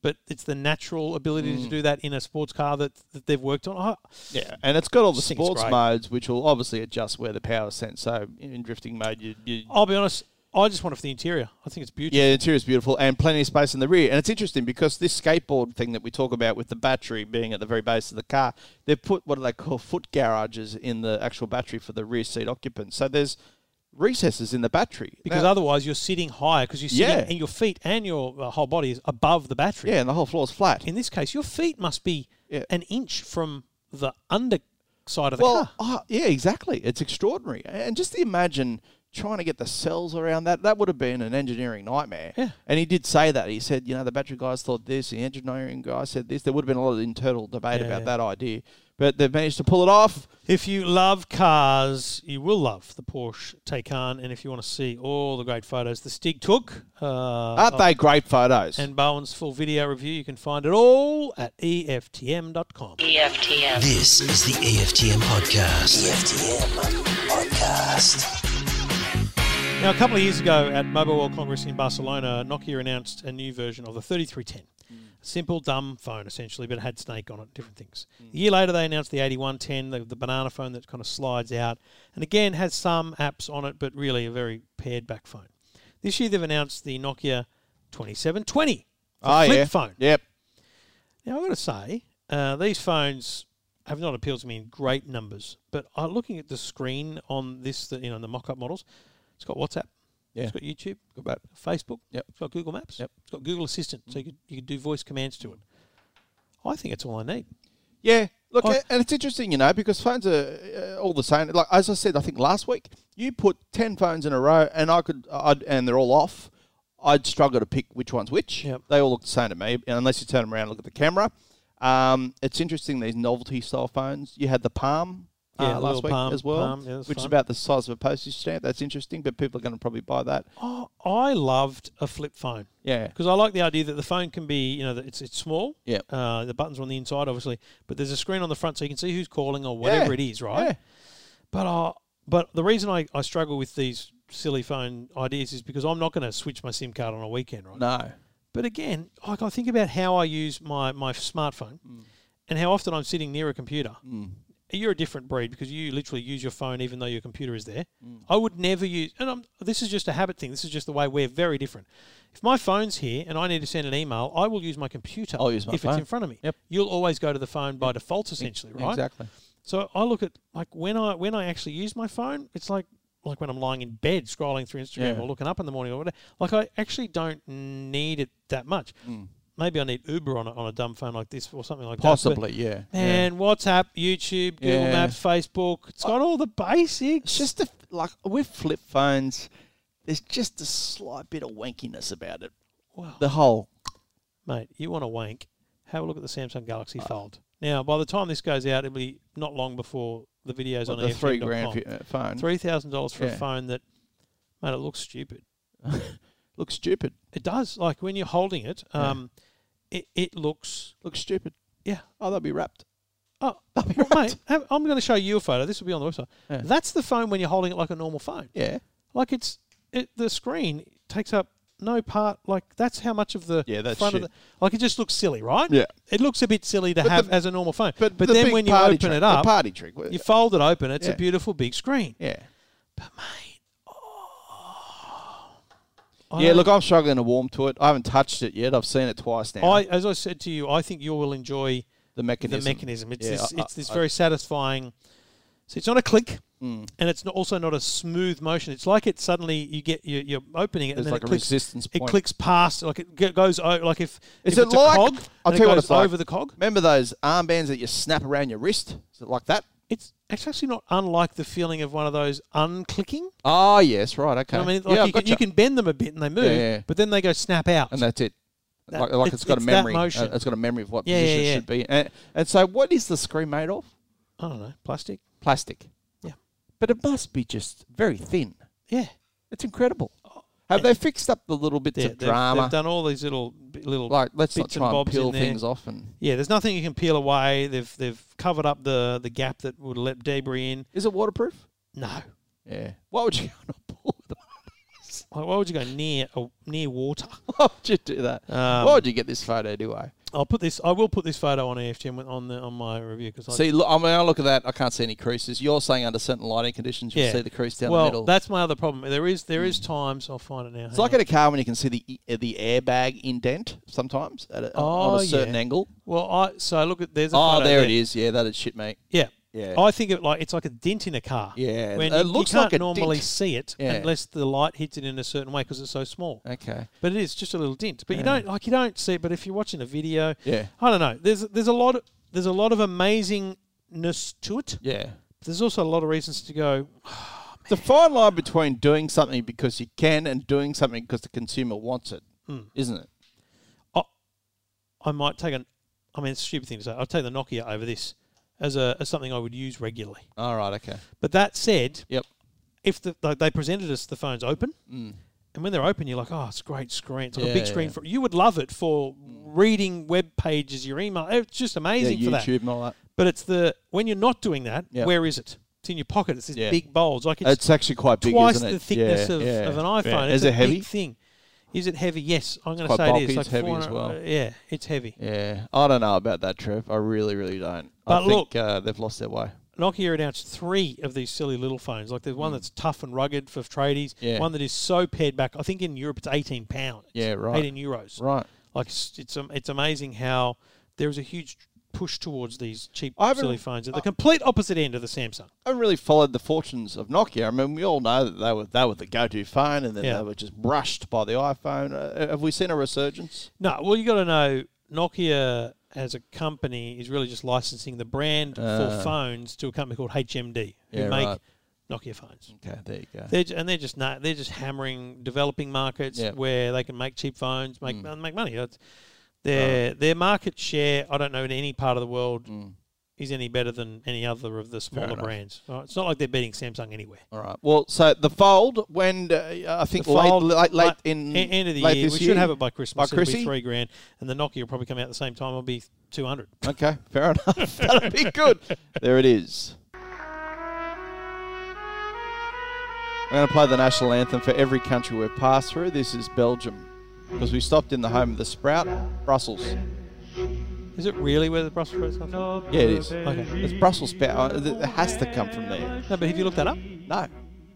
Speaker 5: but it's the natural ability to do that in a sports car that, that they've worked on. Oh,
Speaker 2: Mm. Yeah, and it's got all the
Speaker 5: Just think it's
Speaker 2: sports
Speaker 5: great.
Speaker 2: modes, which will obviously adjust where the power is sent. So in drifting mode, you, you
Speaker 5: I'll be honest, I just want it for the interior. I think it's beautiful.
Speaker 2: yeah, the interior is beautiful and plenty of space in the rear. And it's interesting because this skateboard thing that we talk about with the battery being at the very base of the car, they've put what do they call foot garages in the actual battery for the rear seat occupants. So there's recesses in the battery
Speaker 5: Because
Speaker 2: Now-
Speaker 5: otherwise you're sitting higher because you're sitting
Speaker 2: Yeah.
Speaker 5: and your feet and your uh, whole body is above the battery.
Speaker 2: yeah, and the whole floor's flat.
Speaker 5: In this case, your feet must be
Speaker 2: Yeah.
Speaker 5: an inch from the underside of the
Speaker 2: Well,
Speaker 5: car.
Speaker 2: uh, yeah, exactly. It's extraordinary, and just imagine trying to get the cells around that. That would have been an engineering nightmare.
Speaker 5: Yeah.
Speaker 2: And he did say that. He said, you know, the battery guys thought this, the engineering guys said this. There would have been a lot of internal debate
Speaker 5: Yeah,
Speaker 2: about
Speaker 5: yeah.
Speaker 2: that idea, but they've managed to pull it off.
Speaker 5: If you love cars, you will love the Porsche Taycan, and if you want to see all the great photos the Stig took, uh,
Speaker 2: Aren't they great photos?
Speaker 5: and Bowen's full video review, you can find it all at E EFTM.com.
Speaker 3: EFTM.
Speaker 4: This is the EFTM podcast. EFTM podcast.
Speaker 5: Now, a couple of years ago at Mobile World Congress in Barcelona, Nokia announced a new version of the 3310. A simple, dumb phone, essentially, but it had Snake on it, different things. A year later, they announced the 8110, the, the banana phone that kind of slides out, and again has some apps on it, but really a very pared back phone. This year, they've announced the Nokia 2720, the
Speaker 2: oh
Speaker 5: flip
Speaker 2: yeah,
Speaker 5: phone.
Speaker 2: Yep.
Speaker 5: Now, I've got to say, uh, these phones have not appealed to me in great numbers, but uh, looking at the screen on this, the, you know, the mock up models, it's got WhatsApp.
Speaker 2: Yeah.
Speaker 5: It's got YouTube,
Speaker 2: Good bat.
Speaker 5: Facebook,
Speaker 2: Yep.
Speaker 5: it's got Google Maps,
Speaker 2: Yep.
Speaker 5: it's got Google Assistant, so you could, you could do voice commands to it. I think it's all I need.
Speaker 2: Yeah. Look,
Speaker 5: I-
Speaker 2: and it's interesting, you know, because phones are uh, all the same. Like as I said, I think last week you put ten phones in a row, and I could, I'd, and they're all off. I'd struggle to pick which one's which.
Speaker 5: Yep.
Speaker 2: They all look the same to me, unless you turn them around and look at the camera. Um, it's interesting these novelty style phones. You had the Palm uh,
Speaker 5: Yeah, the little
Speaker 2: last week
Speaker 5: Palm-
Speaker 2: as well,
Speaker 5: Palm, yeah, that's
Speaker 2: which is
Speaker 5: fine.
Speaker 2: about the size of a postage stamp. That's interesting, but people are going to probably buy that.
Speaker 5: Oh, I loved a flip phone.
Speaker 2: Yeah.
Speaker 5: Because I like the idea that the phone can be, you know, that it's it's small.
Speaker 2: Yep.
Speaker 5: Uh, the buttons are on the inside, obviously, but there's a screen on the front so you can see who's calling or whatever
Speaker 2: Yeah,
Speaker 5: it is, right? But uh, but the reason I, I struggle with these silly phone ideas is because I'm not going to switch my SIM card on a weekend, right?
Speaker 2: No.
Speaker 5: But again, like I think about how I use my my smartphone
Speaker 2: Mm.
Speaker 5: and how often I'm sitting near a computer. You're a different breed because you literally use your phone even though your computer is there.
Speaker 2: Mm.
Speaker 5: I would never use, and I'm, this is just a habit thing. This is just the way we're very different. If my phone's here and I need to send an email, I will use my computer
Speaker 2: I'll use my
Speaker 5: if it's
Speaker 2: phone.
Speaker 5: in front of me.
Speaker 2: Yep.
Speaker 5: You'll always go to the phone by default, essentially, right?
Speaker 2: Exactly.
Speaker 5: So I look at like when I when I actually use my phone, it's like like when I'm lying in bed scrolling through Instagram
Speaker 2: Yeah.
Speaker 5: or looking up in the morning or whatever. Like I actually don't need it that much.
Speaker 2: Mm.
Speaker 5: Maybe I need Uber on a, on a dumb phone like this or something like
Speaker 2: Possibly,
Speaker 5: that.
Speaker 2: yeah.
Speaker 5: but- Man, WhatsApp, YouTube, Google
Speaker 2: Yeah.
Speaker 5: Maps, Facebook. It's got all the basics.
Speaker 2: It's just a, like with flip phones, there's just a slight bit of wankiness about it.
Speaker 5: Wow.
Speaker 2: The whole
Speaker 5: Mate, you want to wank? Have a look at the Samsung Galaxy
Speaker 2: Uh.
Speaker 5: Fold. Now, by the time this goes out, it'll be not long before the videos on E
Speaker 2: the three grand
Speaker 5: AFM.com.
Speaker 2: fi- uh, phone
Speaker 5: Three thousand dollars for
Speaker 2: Yeah.
Speaker 5: a phone that, mate, it looks stupid.
Speaker 2: looks stupid.
Speaker 5: It does. Like when you're holding it, um, it, it looks
Speaker 2: Looks stupid.
Speaker 5: yeah.
Speaker 2: Oh, they'll be wrapped.
Speaker 5: Oh,
Speaker 2: They'll be
Speaker 5: well,
Speaker 2: wrapped.
Speaker 5: mate, have- I'm going to show you a photo. This will be on the website. That's the phone when you're holding it like a normal phone.
Speaker 2: Yeah,
Speaker 5: Like it's it, the screen takes up no part. Like that's how much of the
Speaker 2: Yeah, that's
Speaker 5: front
Speaker 2: shit.
Speaker 5: of the like it just looks silly, right?
Speaker 2: Yeah.
Speaker 5: it looks a bit silly to have as a normal phone.
Speaker 2: but
Speaker 5: but
Speaker 2: the
Speaker 5: then
Speaker 2: big
Speaker 5: when you
Speaker 2: party
Speaker 5: open
Speaker 2: trick-
Speaker 5: it
Speaker 2: the
Speaker 5: up,
Speaker 2: party trick.
Speaker 5: you fold it open. It's
Speaker 2: Yeah.
Speaker 5: a beautiful big screen.
Speaker 2: yeah,
Speaker 5: oh. I
Speaker 2: yeah.
Speaker 5: don't-
Speaker 2: Look, I'm struggling to warm to it. I haven't touched it yet. I've seen it twice now.
Speaker 5: I as I said to you, I think you will enjoy
Speaker 2: the mechanism.
Speaker 5: the mechanism. It's
Speaker 2: Yeah,
Speaker 5: this,
Speaker 2: I-
Speaker 5: it's this
Speaker 2: I- Mm.
Speaker 5: very satisfying. So it's not a click, and it's not, also not a smooth motion. It's like it suddenly you get you, you're opening it,
Speaker 2: There's
Speaker 5: and then
Speaker 2: like
Speaker 5: it
Speaker 2: a
Speaker 5: clicks,
Speaker 2: resistance
Speaker 5: It
Speaker 2: point.
Speaker 5: clicks past, like it go- goes o- like if,
Speaker 2: Is
Speaker 5: if
Speaker 2: it
Speaker 5: it's
Speaker 2: like?
Speaker 5: a cog,
Speaker 2: I'll tell
Speaker 5: and
Speaker 2: you
Speaker 5: it
Speaker 2: what
Speaker 5: goes
Speaker 2: it's like.
Speaker 5: over the cog.
Speaker 2: Remember those armbands that you snap around your wrist? Is it like that?
Speaker 5: It's it's actually not unlike the feeling of one of those unclicking.
Speaker 2: Oh, yes, right. Okay.
Speaker 5: You know what I mean, like
Speaker 2: yeah,
Speaker 5: you, can, you can bend them a bit and they move,
Speaker 2: yeah.
Speaker 5: but then they go snap out.
Speaker 2: and that's it.
Speaker 5: That-
Speaker 2: like, like
Speaker 5: it's-
Speaker 2: it's got
Speaker 5: it's
Speaker 2: a
Speaker 5: that
Speaker 2: memory. uh,
Speaker 5: motion.
Speaker 2: It's got a memory of what
Speaker 5: Yeah,
Speaker 2: position
Speaker 5: yeah,
Speaker 2: it
Speaker 5: yeah.
Speaker 2: should be. And, and so, what is the screen made of?
Speaker 5: I don't know, plastic.
Speaker 2: Plastic.
Speaker 5: Yeah,
Speaker 2: But it must be just very thin.
Speaker 5: yeah.
Speaker 2: It's incredible. Have they fixed up the little bits
Speaker 5: They-
Speaker 2: of
Speaker 5: they've,
Speaker 2: drama?
Speaker 5: they've done all these little little
Speaker 2: like, let's not
Speaker 5: bits
Speaker 2: try
Speaker 5: and
Speaker 2: and
Speaker 5: bobs
Speaker 2: peel
Speaker 5: in there.
Speaker 2: things off. And
Speaker 5: Yeah, there's nothing you can peel away. They've they've covered up the the gap that would let debris in.
Speaker 2: is it waterproof?
Speaker 5: No,
Speaker 2: Yeah. Why would you go on a pool? with it?
Speaker 5: Why why would you go near a near water?
Speaker 2: Why would you do that?
Speaker 5: Um,
Speaker 2: Why would you get this photo anyway?
Speaker 5: I'll put this. I will put this photo on E EFTM when- on the on my review because
Speaker 2: See, look, I mean, I look at that. I can't see any creases. You're saying under certain lighting conditions, you'll see the crease down
Speaker 5: well,
Speaker 2: the middle. Hmm.
Speaker 5: that's my other problem. There is there is times I'll find it now.
Speaker 2: it's like in a car when you can see the e- uh, the airbag indent sometimes at a, on
Speaker 5: Oh,
Speaker 2: a certain
Speaker 5: yeah.
Speaker 2: angle.
Speaker 5: well, I so look at there's a
Speaker 2: Oh,
Speaker 5: photo
Speaker 2: there it is. Yeah, that is shit, mate.
Speaker 5: Yeah.
Speaker 2: Yeah.
Speaker 5: I think it like it's like a dent in a car.
Speaker 2: Yeah,
Speaker 5: when
Speaker 2: it
Speaker 5: you,
Speaker 2: looks
Speaker 5: you
Speaker 2: like
Speaker 5: can't
Speaker 2: a
Speaker 5: normally
Speaker 2: dent.
Speaker 5: see it
Speaker 2: Yeah.
Speaker 5: unless the light hits it in a certain way because it's so small.
Speaker 2: Okay.
Speaker 5: But it is just a little dent. But you don't like you don't see. it, But if you're watching a video,
Speaker 2: Yeah.
Speaker 5: I don't know. There's there's a lot there's a lot of amazingness to it.
Speaker 2: Yeah.
Speaker 5: There's also a lot of reasons to go.
Speaker 2: It's a fine line between doing something because you can and doing something because the consumer wants it,
Speaker 5: Hmm.
Speaker 2: not it?
Speaker 5: I might take an. I mean, it's a stupid thing to say. I'll take the Nokia over this as a as something I would use regularly.
Speaker 2: All right. Okay.
Speaker 5: But that said,
Speaker 2: Yep.
Speaker 5: if the, like they presented us the phones open, and when they're open, you're like, oh, it's a great screen. It's like
Speaker 2: Mm. Yeah,
Speaker 5: a big screen
Speaker 2: yeah. Mm.
Speaker 5: for you would love it for reading web pages, your email. It's just
Speaker 2: Yeah,
Speaker 5: amazing for that.
Speaker 2: YouTube and all that.
Speaker 5: But it's the when you're not doing that,
Speaker 2: Yeah.
Speaker 5: where is it? It's in your pocket. It's this
Speaker 2: Yeah.
Speaker 5: big bulge. Like it's,
Speaker 2: It's actually quite big,
Speaker 5: twice
Speaker 2: isn't it?
Speaker 5: the thickness
Speaker 2: Yeah,
Speaker 5: of,
Speaker 2: yeah.
Speaker 5: of an iPhone.
Speaker 2: Yeah.
Speaker 5: It's
Speaker 2: Is
Speaker 5: a
Speaker 2: it heavy?
Speaker 5: Big thing. Is it heavy? Yes, I'm going
Speaker 2: quite
Speaker 5: to say it
Speaker 2: bulky,
Speaker 5: is. Like
Speaker 2: it's heavy as
Speaker 5: 400
Speaker 2: well.
Speaker 5: uh, yeah, it's heavy.
Speaker 2: Yeah, I don't know about that, Trev. I really, really don't.
Speaker 5: But
Speaker 2: I think
Speaker 5: look-
Speaker 2: uh, they've lost their way.
Speaker 5: Nokia announced three of these silly little phones. Like there's one that's tough and rugged for
Speaker 2: Mm.
Speaker 5: tradies.
Speaker 2: Yeah.
Speaker 5: One that is so pared back. I think in Europe it's 18 pounds.
Speaker 2: Yeah, right.
Speaker 5: 18 euros.
Speaker 2: Right.
Speaker 5: Like it's it's, um, it's amazing how there is a huge push towards these cheap
Speaker 2: I haven't-
Speaker 5: silly phones at the complete opposite end of the Samsung.
Speaker 2: I haven't really followed the fortunes of Nokia. I mean, we all know that they were they were the go-to phone, and then
Speaker 5: Yeah.
Speaker 2: they were just brushed by the iPhone. Uh, have we seen a resurgence?
Speaker 5: No, well you got to know Nokia as a company is really just licensing the brand for phones to a company called HMD who
Speaker 2: Ah. Yeah,
Speaker 5: make
Speaker 2: right.
Speaker 5: Nokia phones.
Speaker 2: Okay, there you go.
Speaker 5: They're, ju- and they're just not, they're just hammering developing markets
Speaker 2: Yeah. Mm.
Speaker 5: where they can make cheap phones, make and make money. That's, their their market share, I don't know in any part of the world,
Speaker 2: Mm.
Speaker 5: is any better than any other of the smaller brands. All right, It's not like they're beating Samsung anywhere.
Speaker 2: All right. Well, so the fold when uh, I think
Speaker 5: The
Speaker 2: late,
Speaker 5: Fold,
Speaker 2: late, late
Speaker 5: like,
Speaker 2: in
Speaker 5: e- end of the
Speaker 2: late
Speaker 5: year,
Speaker 2: this
Speaker 5: we should have it by Christmas.
Speaker 2: By
Speaker 5: it'll be
Speaker 2: Chrissy?
Speaker 5: three grand, and the Nokia will probably come out at the same time. It'll be two hundred.
Speaker 2: Okay, fair enough. That'll be good. There it is. We're going to play the national anthem for every country we've passed through. This is Belgium because we stopped in the home of the sprout, Brussels.
Speaker 5: Is it really where the Brussels sprouts come from?
Speaker 2: Yeah, it is.
Speaker 5: Okay.
Speaker 2: It's Brussels sprout. Uh, It has to come from there.
Speaker 5: No, but have you looked that up?
Speaker 2: No,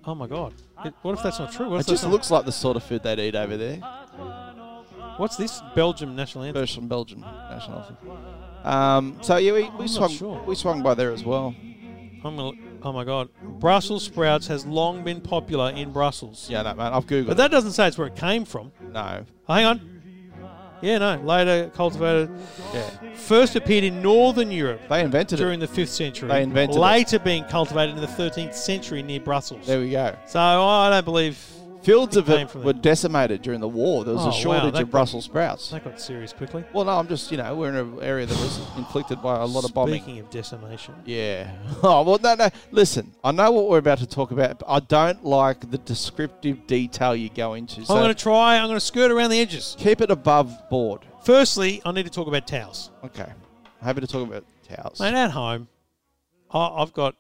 Speaker 5: Oh my God! It- what if that's not true? What
Speaker 2: it
Speaker 5: if
Speaker 2: just
Speaker 5: that's
Speaker 2: looks like the sort of food they'd eat over there.
Speaker 5: not- What's this Belgium national anthem?
Speaker 2: First from Belgium, national anthem. Um, so yeah, we, we swung
Speaker 5: sure.
Speaker 2: we swung by there as well.
Speaker 5: I'm gonna, oh my god. Brussels sprouts has long been popular in Brussels.
Speaker 2: Yeah, no, man, I've googled.
Speaker 5: But that doesn't say it's where it came from.
Speaker 2: it. no,
Speaker 5: Hang on. Yeah, no. Later cultivated.
Speaker 2: yeah,
Speaker 5: First appeared in northern Europe
Speaker 2: they invented
Speaker 5: during
Speaker 2: it.
Speaker 5: the 5th century.
Speaker 2: They invented it.
Speaker 5: Later being cultivated in the 13th century near Brussels.
Speaker 2: There we go.
Speaker 5: So oh, I don't believe
Speaker 2: Fields of
Speaker 5: Came
Speaker 2: it
Speaker 5: from
Speaker 2: were
Speaker 5: there.
Speaker 2: decimated during the war. There was
Speaker 5: Oh,
Speaker 2: a
Speaker 5: wow,
Speaker 2: shortage
Speaker 5: that
Speaker 2: of Brussels sprouts.
Speaker 5: that got serious quickly.
Speaker 2: Well, no, I'm just, you know, we're in an area that was inflicted by a lot of bombing.
Speaker 5: Speaking of decimation.
Speaker 2: Yeah. Oh, well, no, no. Listen, I know what we're about to talk about, but I don't like the descriptive detail you go into. So
Speaker 5: I'm going to try. I'm going to skirt around the edges.
Speaker 2: keep it above board.
Speaker 5: Firstly, I need to talk about towels.
Speaker 2: Okay. Happy to talk about towels.
Speaker 5: Mate, at home, I, I've got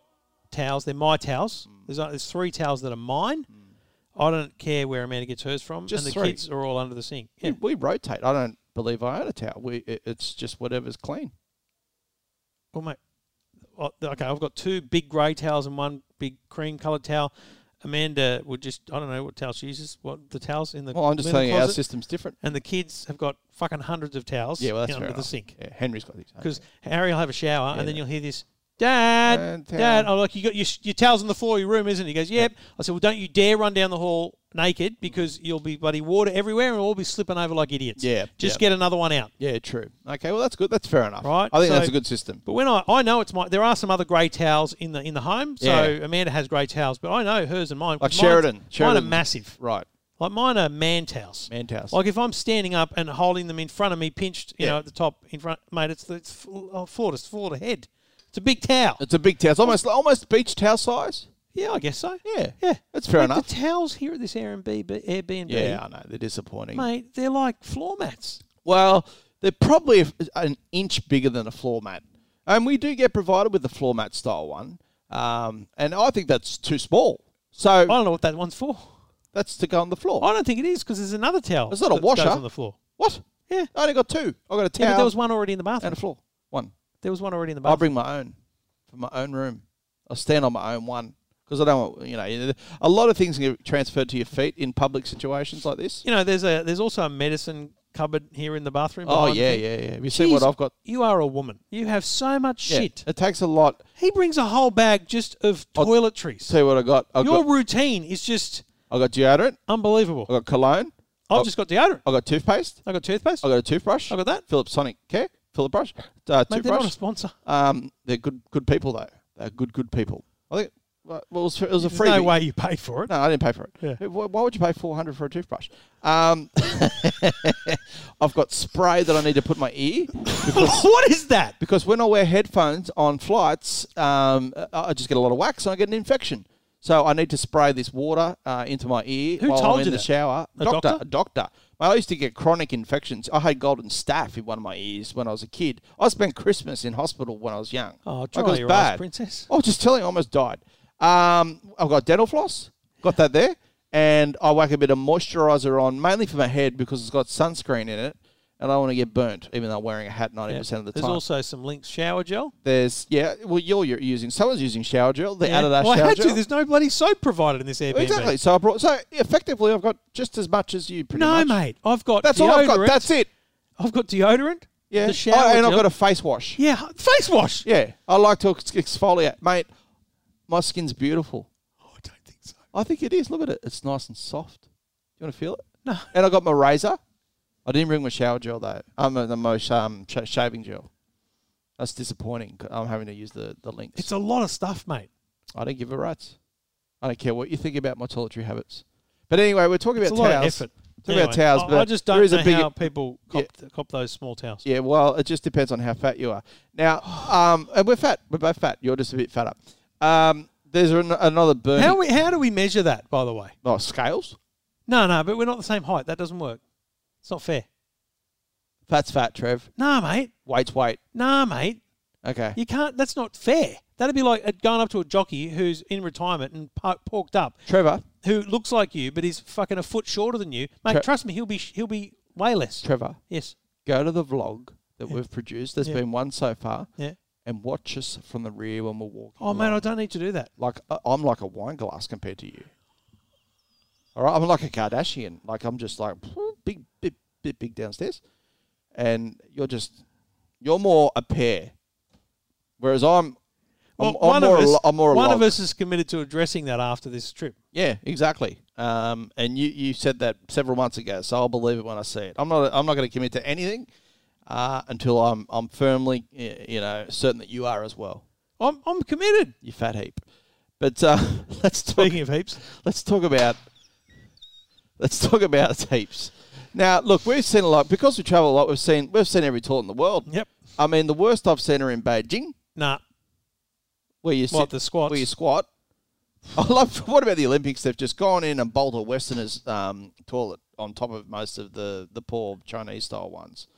Speaker 5: towels. They're my towels.
Speaker 2: Mm.
Speaker 5: There's, uh, there's three towels that are mine. I don't care where Amanda gets hers from.
Speaker 2: Just
Speaker 5: and the
Speaker 2: three.
Speaker 5: kids are all under the sink. Yeah.
Speaker 2: We, we rotate. I don't believe I own a towel. We, it, it's just whatever's clean.
Speaker 5: Well, mate, oh, okay, I've got two big grey towels and one big cream coloured towel. Amanda would just, I don't know what towel she uses, what the towels in the
Speaker 2: Well, I'm just
Speaker 5: in the
Speaker 2: telling you, our
Speaker 5: closet.
Speaker 2: system's different.
Speaker 5: And the kids have got fucking hundreds of towels
Speaker 2: Yeah, well, that's
Speaker 5: under
Speaker 2: fair
Speaker 5: the
Speaker 2: enough.
Speaker 5: sink.
Speaker 2: Yeah, Henry's got these.
Speaker 5: because Harry will have a shower and then
Speaker 2: no.
Speaker 5: you'll hear this, Dad,
Speaker 2: Dad,
Speaker 5: Dad.
Speaker 2: towel."
Speaker 5: I'm like, you got your, sh- your towels on the floor of your room, isn't it? He goes, Yep. I said, Well, don't you dare run down the hall naked because you'll be bloody water everywhere and we'll all be slipping over like idiots.
Speaker 2: Yeah,
Speaker 5: Just
Speaker 2: yeah.
Speaker 5: get another one out.
Speaker 2: Yeah, true. Okay, well, that's good. That's fair enough.
Speaker 5: Right,
Speaker 2: I think
Speaker 5: so-
Speaker 2: that's a good system.
Speaker 5: But when I, I know it's my there are some other grey towels in the in the home. So
Speaker 2: Yeah.
Speaker 5: Amanda has grey towels, but I know hers and mine.
Speaker 2: Like
Speaker 5: 'cause mine's-
Speaker 2: Sheridan.
Speaker 5: Mine
Speaker 2: Sheridan.
Speaker 5: are massive.
Speaker 2: Right.
Speaker 5: Like mine are man towels.
Speaker 2: Man towels.
Speaker 5: Like if I'm standing up and holding them in front of me, pinched, you
Speaker 2: Yeah.
Speaker 5: know, at the top in front, mate, it's the it's fl- oh, floor to floor to head. It's a big towel.
Speaker 2: It's a big towel. It's almost almost beach towel size.
Speaker 5: Yeah, I guess so.
Speaker 2: Yeah.
Speaker 5: yeah,
Speaker 2: That's fair
Speaker 5: Mate,
Speaker 2: enough.
Speaker 5: The towels here at this Airbnb, Airbnb,
Speaker 2: Yeah, I know. They're disappointing.
Speaker 5: mate, they're like floor mats.
Speaker 2: Well, they're probably f- an inch bigger than a floor mat. And we do get provided with the floor mat style one. Um, and I think that's too small. So
Speaker 5: I don't know what that one's for.
Speaker 2: That's to go on the floor.
Speaker 5: I don't think it is because there's another towel.
Speaker 2: It's not a
Speaker 5: that
Speaker 2: washer.
Speaker 5: goes on the floor.
Speaker 2: What?
Speaker 5: Yeah.
Speaker 2: I only got two. I got a towel
Speaker 5: Yeah, but there was one already in the
Speaker 2: and
Speaker 5: bathroom.
Speaker 2: a floor. One.
Speaker 5: There was one already in the
Speaker 2: I'll
Speaker 5: bathroom.
Speaker 2: bring my own from my own room. I'll stand on my own one because I don't want, you know, a lot of things can get transferred to your feet in public situations like this.
Speaker 5: You know, there's a there's also a medicine cupboard here in the bathroom.
Speaker 2: Oh,
Speaker 5: behind the
Speaker 2: yeah,
Speaker 5: thing.
Speaker 2: yeah, yeah. Have you seen what
Speaker 5: Jeez,
Speaker 2: I've got?
Speaker 5: You are a woman. You have so much
Speaker 2: Yeah,
Speaker 5: shit.
Speaker 2: It takes a lot.
Speaker 5: He brings a whole bag just of toiletries.
Speaker 2: See what I got? I
Speaker 5: Your
Speaker 2: got,
Speaker 5: routine is just
Speaker 2: I got deodorant.
Speaker 5: unbelievable.
Speaker 2: I got cologne.
Speaker 5: I've just got deodorant.
Speaker 2: I got toothpaste.
Speaker 5: I got toothpaste.
Speaker 2: I got a toothbrush.
Speaker 5: I got that.
Speaker 2: Philips Sonic Care. Philip brush. Uh,
Speaker 5: Mate, they're not a
Speaker 2: toothbrush.
Speaker 5: sponsor.
Speaker 2: Um, they're good, good people though. They're good, good people. I think. Well, it was, it was a
Speaker 5: There's
Speaker 2: free.
Speaker 5: no way you pay for it.
Speaker 2: No, I didn't pay for it.
Speaker 5: Yeah.
Speaker 2: Hey, wh- Why would you pay four hundred for a toothbrush? Um, I've got spray that I need to put in my ear because,
Speaker 5: what is that?
Speaker 2: because when I wear headphones on flights, um, I- I just get a lot of wax and I get an infection. So I need to spray this water uh, into my ear
Speaker 5: Who
Speaker 2: while
Speaker 5: told
Speaker 2: I'm in
Speaker 5: you
Speaker 2: the
Speaker 5: that?
Speaker 2: shower.
Speaker 5: A
Speaker 2: a doctor. Mate, I used to get chronic infections. I had golden staph in one of my ears when I was a kid. I spent Christmas in hospital when I was young.
Speaker 5: Oh,
Speaker 2: Like,
Speaker 5: dry
Speaker 2: it was
Speaker 5: your eyes,
Speaker 2: bad.
Speaker 5: princess.
Speaker 2: Oh, just telling you, I almost died. Um, I've got dental floss, got that there, and I whack a bit of moisturizer on, mainly for my head because it's got sunscreen in it, and I don't want to get burnt, even though I'm wearing a hat 90% of the
Speaker 5: There's
Speaker 2: time.
Speaker 5: also some Lynx shower gel.
Speaker 2: There's, yeah, well, you're, you're using, someone's using shower gel, the
Speaker 5: Yeah.
Speaker 2: Adidas
Speaker 5: Well, I
Speaker 2: shower
Speaker 5: had to.
Speaker 2: gel.
Speaker 5: There's no bloody soap provided in this Airbnb.
Speaker 2: exactly. So I brought, so effectively, I've got just as much as you pretty
Speaker 5: No,
Speaker 2: much.
Speaker 5: mate. I've got
Speaker 2: That's
Speaker 5: deodorant.
Speaker 2: all I've got. That's it.
Speaker 5: I've got deodorant.
Speaker 2: Yeah.
Speaker 5: The shower
Speaker 2: Oh, and
Speaker 5: gel.
Speaker 2: I've got a face wash.
Speaker 5: yeah face wash.
Speaker 2: Yeah, I like to ex- exfoliate, mate. My skin's beautiful.
Speaker 5: Oh, I don't think so.
Speaker 2: I think it is. Look at it. It's nice and soft. Do you want to feel it?
Speaker 5: No.
Speaker 2: And I got my razor. I didn't bring my shower gel though. I'm the most um, sh- shaving gel. That's disappointing. 'cause I'm having to use the the links.
Speaker 5: It's a lot of stuff, mate.
Speaker 2: I don't give a rat's. I don't care what you think about my toiletry habits. But anyway, we're talking
Speaker 5: It's a
Speaker 2: about
Speaker 5: lot
Speaker 2: towels.
Speaker 5: of effort.
Speaker 2: Talking about
Speaker 5: Anyway,
Speaker 2: towels,
Speaker 5: I,
Speaker 2: but
Speaker 5: I just don't
Speaker 2: there is
Speaker 5: know
Speaker 2: a big
Speaker 5: how people cop, cop those small towels.
Speaker 2: yeah, well, it just depends on how fat you are. Now, um, and we're fat. We're both fat. You're just a bit fatter. Um, there's an, another burning.
Speaker 5: How we, how do we measure that? By the way,
Speaker 2: oh, scales.
Speaker 5: no, no, but we're not the same height. That doesn't work. It's not fair.
Speaker 2: Fat's fat, Trev.
Speaker 5: Nah, mate.
Speaker 2: Weight's weight.
Speaker 5: Nah, mate.
Speaker 2: Okay.
Speaker 5: You can't. That's not fair. That'd be like uh, going up to a jockey who's in retirement and por- porked up,
Speaker 2: Trevor.
Speaker 5: who looks like you but is fucking a foot shorter than you. Mate,
Speaker 2: Tre-
Speaker 5: trust me, he'll be sh- he'll be way less.
Speaker 2: Trevor.
Speaker 5: yes.
Speaker 2: go to the vlog that we've produced. There's
Speaker 5: Yeah.
Speaker 2: been one so far,
Speaker 5: Yeah.
Speaker 2: and watch us from the rear when we're walking.
Speaker 5: Oh, mate,
Speaker 2: along.
Speaker 5: I don't need to do that.
Speaker 2: like I- I'm like a wine glass compared to you. All right, I'm like a Kardashian. Like I'm just like big, big, big, big downstairs, and you're just you're more a pear, whereas I'm. I'm,
Speaker 5: Well,
Speaker 2: I'm
Speaker 5: one
Speaker 2: more
Speaker 5: of
Speaker 2: a
Speaker 5: us,
Speaker 2: lo- I'm more a
Speaker 5: one of
Speaker 2: log.
Speaker 5: us is committed to addressing that after this trip.
Speaker 2: Yeah, exactly. Um, and you, you said that several months ago, so I'll believe it when I see it. I'm not I'm not going to commit to anything uh, until I'm I'm firmly y- you know certain that you are as well.
Speaker 5: I'm I'm committed.
Speaker 2: You fat heap. But uh, let's talk.
Speaker 5: Speaking of heaps,
Speaker 2: Let's talk about. Let's talk about heaps. Now, look, we've seen a lot because we travel a lot. We've seen we've seen every toilet in the world.
Speaker 5: Yep.
Speaker 2: I mean, the worst I've seen are in Beijing,
Speaker 5: nah.
Speaker 2: where you
Speaker 5: What,
Speaker 2: sit,
Speaker 5: the squats?
Speaker 2: where you squat. I love. What about the Olympics? They've just gone in and bolted a Westerners' um, toilet on top of most of the the poor Chinese style ones.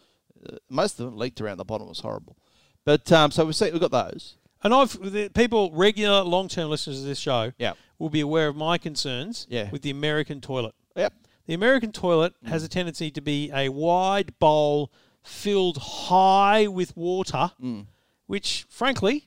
Speaker 2: Uh, most of them leaked around the bottom. It was horrible. But um, so we see we've got those.
Speaker 5: And I've the people, regular long term listeners of this show,
Speaker 2: Yeah.
Speaker 5: will be aware of my concerns
Speaker 2: Yeah. Mm.
Speaker 5: with the American toilet.
Speaker 2: Yep.
Speaker 5: The American toilet has a tendency to be a wide bowl filled high with water,
Speaker 2: Mm.
Speaker 5: which frankly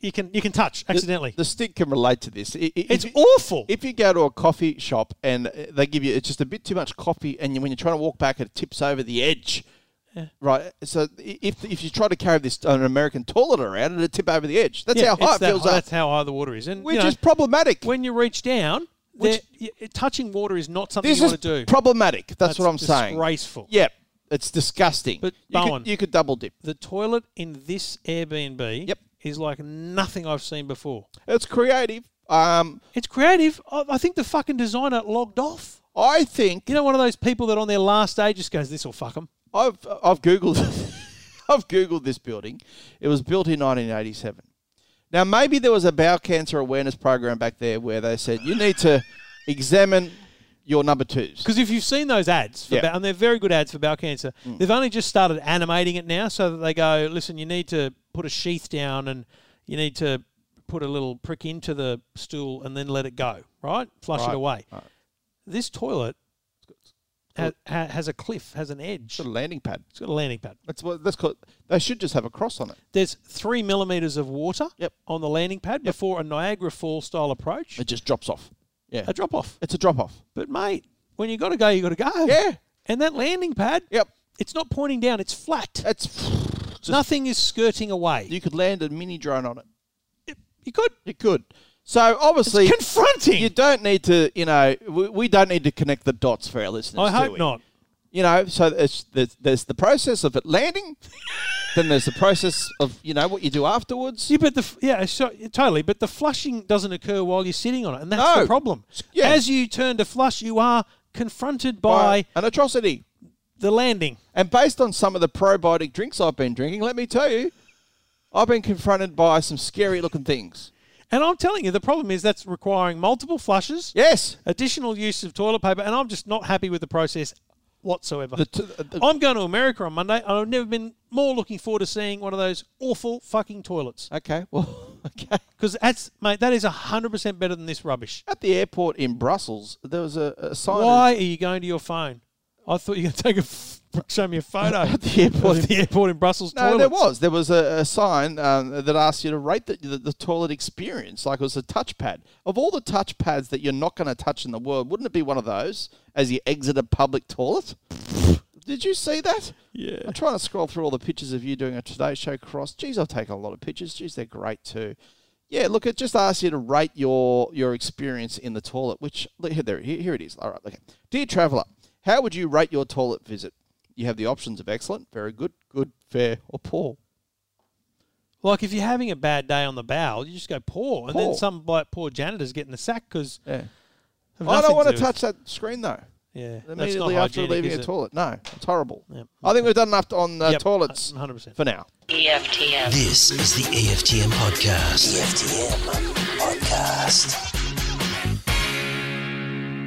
Speaker 5: you can you can touch accidentally.
Speaker 2: The, the stick can relate to this. I- i-
Speaker 5: it's
Speaker 2: if-
Speaker 5: awful.
Speaker 2: If you go to a coffee shop and uh, they give you it's just a bit too much coffee, and you, when you're trying to walk back, it tips over the edge. Right. So i- if if you try to carry this uh, an American toilet around, it'll tip over the edge. That's
Speaker 5: Yeah,
Speaker 2: how high it
Speaker 5: it's that
Speaker 2: feels
Speaker 5: high-
Speaker 2: up,
Speaker 5: That's how high the water is, and
Speaker 2: which
Speaker 5: you know,
Speaker 2: is problematic.
Speaker 5: when you reach down,
Speaker 2: Which-
Speaker 5: there- y- touching water is not something
Speaker 2: this
Speaker 5: you
Speaker 2: is
Speaker 5: want to do.
Speaker 2: problematic. That's, what I'm saying.
Speaker 5: Disgraceful.
Speaker 2: Yep. It's disgusting.
Speaker 5: But
Speaker 2: you
Speaker 5: Bowen-
Speaker 2: could, you could double dip.
Speaker 5: The toilet in this Airbnb
Speaker 2: Yep.
Speaker 5: is like nothing I've seen before.
Speaker 2: It's creative. Um,
Speaker 5: It's creative. I, I think the fucking designer logged off.
Speaker 2: I think
Speaker 5: You know, one of those people that on their last day just goes, "This will fuck them."
Speaker 2: I've I've googled I've googled this building. It was built in 1987. Now maybe there was a bowel cancer awareness program back there where they said you need to examine your number twos.
Speaker 5: Because if you've seen those ads, for
Speaker 2: Yeah. Mm.
Speaker 5: bowel- and they're very good ads for bowel cancer, they've only just started animating it now, so that they go, "Listen, you need to put a sheath down, and you need to put a little prick into the stool and then let it go, right? Flush
Speaker 2: Right,
Speaker 5: it away.
Speaker 2: right.
Speaker 5: This toilet ha- ha- has a cliff, has an edge.
Speaker 2: Got a landing pad.
Speaker 5: It's got a landing pad.
Speaker 2: That's what that's called. They should just have a cross on it.
Speaker 5: There's three millimeters of water
Speaker 2: Yep.
Speaker 5: on the landing pad before a Niagara Fall style approach.
Speaker 2: It just drops off. Yeah,
Speaker 5: A drop off.
Speaker 2: it's a drop off.
Speaker 5: But mate, when you got to go, you got to go.
Speaker 2: Yeah.
Speaker 5: And that landing pad.
Speaker 2: Yep.
Speaker 5: It's not pointing down. It's flat.
Speaker 2: It's
Speaker 5: Nothing is skirting away.
Speaker 2: you could land a mini drone on it.
Speaker 5: you could.
Speaker 2: You could. So obviously,
Speaker 5: confronting.
Speaker 2: You don't need to. You know, we, we don't need to connect the dots for our listeners.
Speaker 5: I
Speaker 2: do
Speaker 5: hope
Speaker 2: we?
Speaker 5: not.
Speaker 2: You know, so there's, there's there's the process of it landing, then there's the process of you know what you do afterwards.
Speaker 5: Yeah, but the f- yeah, so, totally. But the flushing doesn't occur while you're sitting on it, and that's
Speaker 2: No.
Speaker 5: the problem.
Speaker 2: Yeah.
Speaker 5: As you turn to flush, you are confronted by
Speaker 2: an atrocity.
Speaker 5: the landing.
Speaker 2: And based on some of the probiotic drinks I've been drinking, let me tell you, I've been confronted by some scary looking things.
Speaker 5: And I'm telling you, the problem is that's requiring multiple flushes,
Speaker 2: Yes.
Speaker 5: additional use of toilet paper, and I'm just not happy with the process whatsoever.
Speaker 2: The t- the-
Speaker 5: I'm going to America on Monday, and I've never been more looking forward to seeing one of those awful fucking toilets.
Speaker 2: Okay. Well, okay.
Speaker 5: Because that's mate, that is hundred percent better than this rubbish.
Speaker 2: At the airport in Brussels, there was a, a sign.
Speaker 5: Why are you going to your phone? I thought you were going to take a f- show me a photo
Speaker 2: At the airport
Speaker 5: of the airport in Brussels.
Speaker 2: No, there
Speaker 5: toilets.
Speaker 2: was. There was a, a sign um, that asked you to rate the, the, the toilet experience. Like it was a touchpad. Of all the touchpads that you're not going to touch in the world, wouldn't it be one of those as you exit a public toilet? Did you see that?
Speaker 5: Yeah.
Speaker 2: I'm trying to scroll through all the pictures of you doing a Today Show cross. Geez, I've taken a lot of pictures. Geez, they're great too. Yeah, look, it just asks you to rate your your experience in the toilet, which look, here, there, here, here it is. All right, okay. Dear traveller, how would you rate your toilet visit? You have the options of excellent, very good, good, fair, or poor.
Speaker 5: Like if you're having a bad day on the bowel, you just go poor, and then
Speaker 2: Poor.
Speaker 5: some like poor janitor's getting the sack because
Speaker 2: Yeah. I don't want to touch that screen though.
Speaker 5: Yeah, that's not
Speaker 2: Immediately after
Speaker 5: hygienic,
Speaker 2: leaving
Speaker 5: is
Speaker 2: the
Speaker 5: it?
Speaker 2: toilet, no, it's horrible.
Speaker 5: Yep.
Speaker 2: I think we've done enough on uh,
Speaker 5: Yep,
Speaker 2: toilets
Speaker 5: 100%.
Speaker 2: for now.
Speaker 3: EFTM.
Speaker 4: This is the EFTM podcast. EFTM podcast.